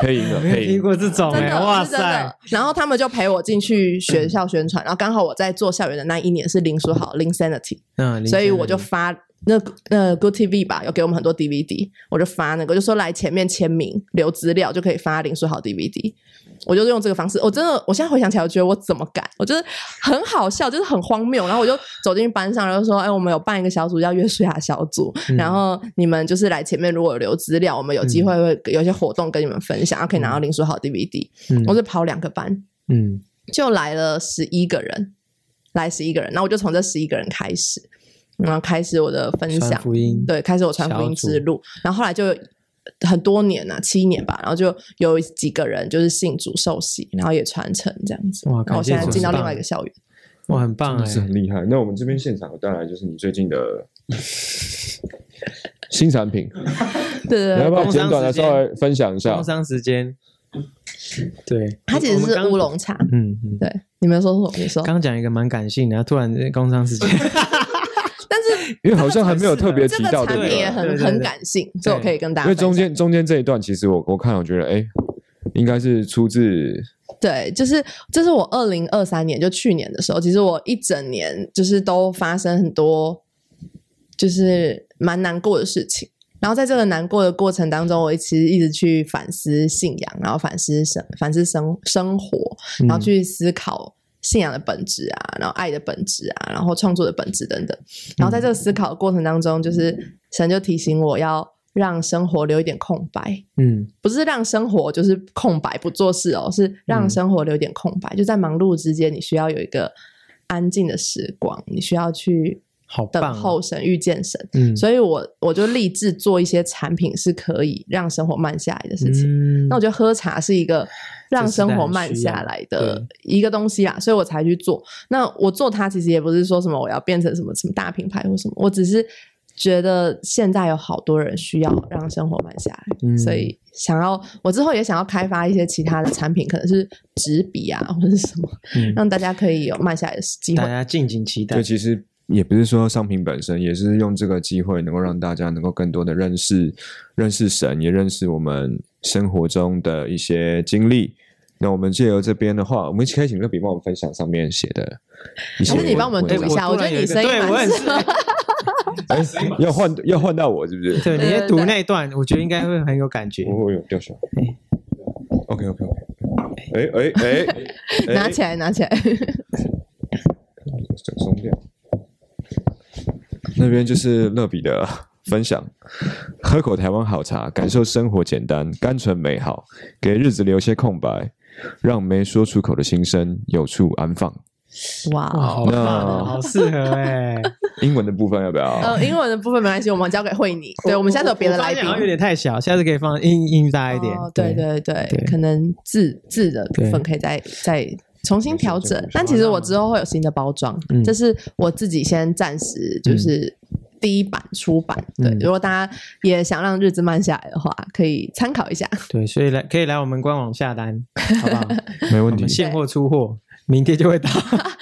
Speaker 2: 配音了，
Speaker 1: 没
Speaker 2: 配
Speaker 1: 有听
Speaker 2: 音。
Speaker 1: 过这种
Speaker 3: 真
Speaker 1: 哎，
Speaker 3: 的，
Speaker 1: 哇
Speaker 3: 是真的
Speaker 1: 塞，。
Speaker 3: 然后他们就陪我进去学校宣传，然后刚好我在做校园的那一年是林书豪林 Sanity，
Speaker 1: 嗯，
Speaker 3: 所以
Speaker 1: 林先
Speaker 3: 我就
Speaker 1: 生
Speaker 3: 发那那 Good TV 吧，有给我们很多 DVD，我就发那个，就说来前面签名留资料就可以发林书豪 DVD。我就用这个方式，我真的，我现在回想起来，我觉得我怎么敢？我就是很好笑，就是很荒谬。然后我就走进去班上，然后说：“哎，我们有办一个小组叫约书亚小组，
Speaker 1: 嗯
Speaker 3: 然后你们就是来前面如果有留资料，我们有机会会有一些活动跟你们分享，然后可以拿到林书豪 DVD。
Speaker 1: 嗯
Speaker 3: 我是跑两个班，
Speaker 1: 嗯
Speaker 3: 就来了十一个人，来十一个人，那我就从这十一个人开始，然后开始我的分
Speaker 1: 传
Speaker 3: 享，
Speaker 1: 福音，
Speaker 3: 对，开始我传福
Speaker 1: 小
Speaker 3: 音
Speaker 1: 组
Speaker 3: 之路，然后后来就很多年啊，七年吧，然后就有几个人就是信主受洗，然后也传承这样子，
Speaker 1: 哇
Speaker 3: 然后我
Speaker 1: 感谢
Speaker 3: 现在
Speaker 1: 主
Speaker 3: 进到
Speaker 1: 很
Speaker 3: 另外一
Speaker 1: 棒
Speaker 3: 个校园，
Speaker 1: 哇，很棒哎
Speaker 2: 哦是，很厉害。那我们这边现场带来就是你最近的新产品，
Speaker 3: 对对
Speaker 4: 你要
Speaker 3: 对
Speaker 4: 不
Speaker 3: 对。
Speaker 4: 要简短的稍微分享一下
Speaker 1: 工？商时间，对，
Speaker 3: 它其实
Speaker 1: 我们
Speaker 3: 是
Speaker 1: 刚
Speaker 3: 乌龙茶，
Speaker 1: 嗯嗯，
Speaker 3: 对，你们说什么？你说，
Speaker 1: 刚讲一个蛮感性的，突然呃工商 时间，
Speaker 3: 但是
Speaker 4: 因为好像还没有特别
Speaker 3: 这
Speaker 4: 提
Speaker 3: 个
Speaker 4: 到这
Speaker 3: 产
Speaker 4: 个，
Speaker 3: 品也
Speaker 4: 因
Speaker 1: 对
Speaker 3: 很
Speaker 1: 对对
Speaker 3: 很感性，所以我可以跟大家
Speaker 4: 为
Speaker 3: 分享。
Speaker 4: 中间中间这一段，其实我我看我觉得，哎，应该是出自
Speaker 3: 对，就是这是我二零二三年，就去年的时候，其实我一整年就是都发生很多，就是蛮难过的事情。然后在这个难过的过程当中，我其实一直去
Speaker 1: 嗯
Speaker 3: 反思信仰，然后反思生反思生生活，然后去思考信仰的本质啊，然后爱的本质啊，然后创作的本质等等。然后在这个思考的过程当中，就是神就提醒我要让生活留一点空白，
Speaker 1: 嗯
Speaker 3: 不是让生活就是空白不做事哦，是让生活留点空白。就在忙碌之间，你需要有一个安静的时光，你需要去
Speaker 1: 好棒
Speaker 3: 等
Speaker 1: 哦
Speaker 3: 候神、遇见神。
Speaker 1: 嗯，
Speaker 3: 所以我我就立志做一些产品是可以让生活慢下来的事情。
Speaker 1: 嗯
Speaker 3: 那我觉得喝茶是一个让
Speaker 1: 这时代
Speaker 3: 生活
Speaker 1: 很
Speaker 3: 慢
Speaker 1: 需
Speaker 3: 下
Speaker 1: 要
Speaker 3: 来的一个东西啊，所以我才去做。那我做它其实也不是说什么我要变成什么什么大品牌或什么，我只是觉得现在有好多人需要让生活慢下来，
Speaker 1: 嗯
Speaker 3: 所以想要我之后也想要开发一些其他的产品，可能是纸笔啊或者是什么，
Speaker 1: 嗯
Speaker 3: 让大家可以有慢下来的机
Speaker 1: 大
Speaker 3: 会。
Speaker 1: 家敬请期待
Speaker 2: 对，。其实也不是说商品本身，也是用这个机会能够让大家能够更多的认识认识神，也认识我们生活中的一些经历。那我们借由这边的话，我们可以请乐比帮我们分享上面写的一些
Speaker 3: 还
Speaker 2: 文。
Speaker 3: 是你帮我们
Speaker 2: 文
Speaker 3: 读一
Speaker 2: 章
Speaker 3: 下，我
Speaker 1: 我突
Speaker 3: 觉
Speaker 1: 然
Speaker 3: 得
Speaker 1: 有
Speaker 3: 你
Speaker 1: 一个
Speaker 3: 声音
Speaker 1: 对我哎
Speaker 3: 蛮
Speaker 1: 很
Speaker 3: 适合。
Speaker 2: 要换要换到我是不是？
Speaker 1: 对，你
Speaker 3: 对
Speaker 1: 在
Speaker 3: 对
Speaker 1: 读
Speaker 3: 对，
Speaker 1: 那一段，我觉得应该会很有感觉。
Speaker 2: 我我有掉下来
Speaker 1: 哎。
Speaker 2: OK OK OK。哎哎哎
Speaker 3: 拿起来，拿起来，
Speaker 2: 整松掉。那边就是乐比的分享，喝口台湾好茶，感受生活简单、单纯美好，给日子留些空白，让没说出口的心声有处安放。
Speaker 3: 哇
Speaker 1: 哇，
Speaker 3: 哦！
Speaker 1: 好棒，好适合哎！
Speaker 2: 英文的部分要不要？
Speaker 3: 呃，英文的部分没关系，我们交给慧妮。 对，我们下次有别的来
Speaker 1: 我发
Speaker 3: 宾
Speaker 1: 现好。像有点太小，下次可以放音音大一点
Speaker 3: 哦。、对对对，
Speaker 1: 对
Speaker 3: 可能字字的部
Speaker 1: 对
Speaker 3: 分可以再再重新调整。哦但其实我之后会有新的包装，
Speaker 1: 嗯
Speaker 3: 这是我自己先暂时就是第一版出版。对，
Speaker 1: 嗯
Speaker 3: 如果大家也想让日子慢下来的话，可以参考一下。
Speaker 1: 对，所以来可以来我们官网下单，好 不好？
Speaker 2: 没
Speaker 1: 我
Speaker 2: 问
Speaker 1: 们
Speaker 2: 题，
Speaker 1: 现货出货，明天就会到。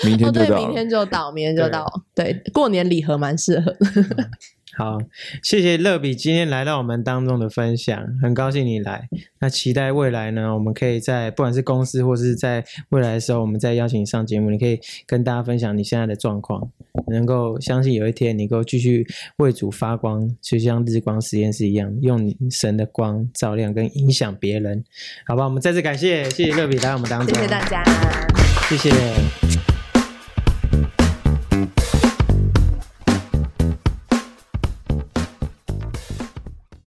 Speaker 2: 明天
Speaker 3: 哦，
Speaker 2: 就
Speaker 3: 对，
Speaker 2: 到
Speaker 3: 明
Speaker 2: 了。
Speaker 3: 天就到，明天就到。对，过年礼盒蛮适合的。
Speaker 1: 好，谢谢乐比今天来到我们当中的分享，很高兴你来。那期待未来呢，我们可以在不管是公司或是在未来的时候，我们再邀请你上节目，你可以跟大家分享你现在的状况，能够相信有一天你能够继续为主发光，就像日光实验室一样，用你神的光照亮跟影响别人，好吧？我们再次感谢，谢谢乐比来我们当
Speaker 3: 谢
Speaker 1: 中，
Speaker 3: 谢大家。
Speaker 1: 谢谢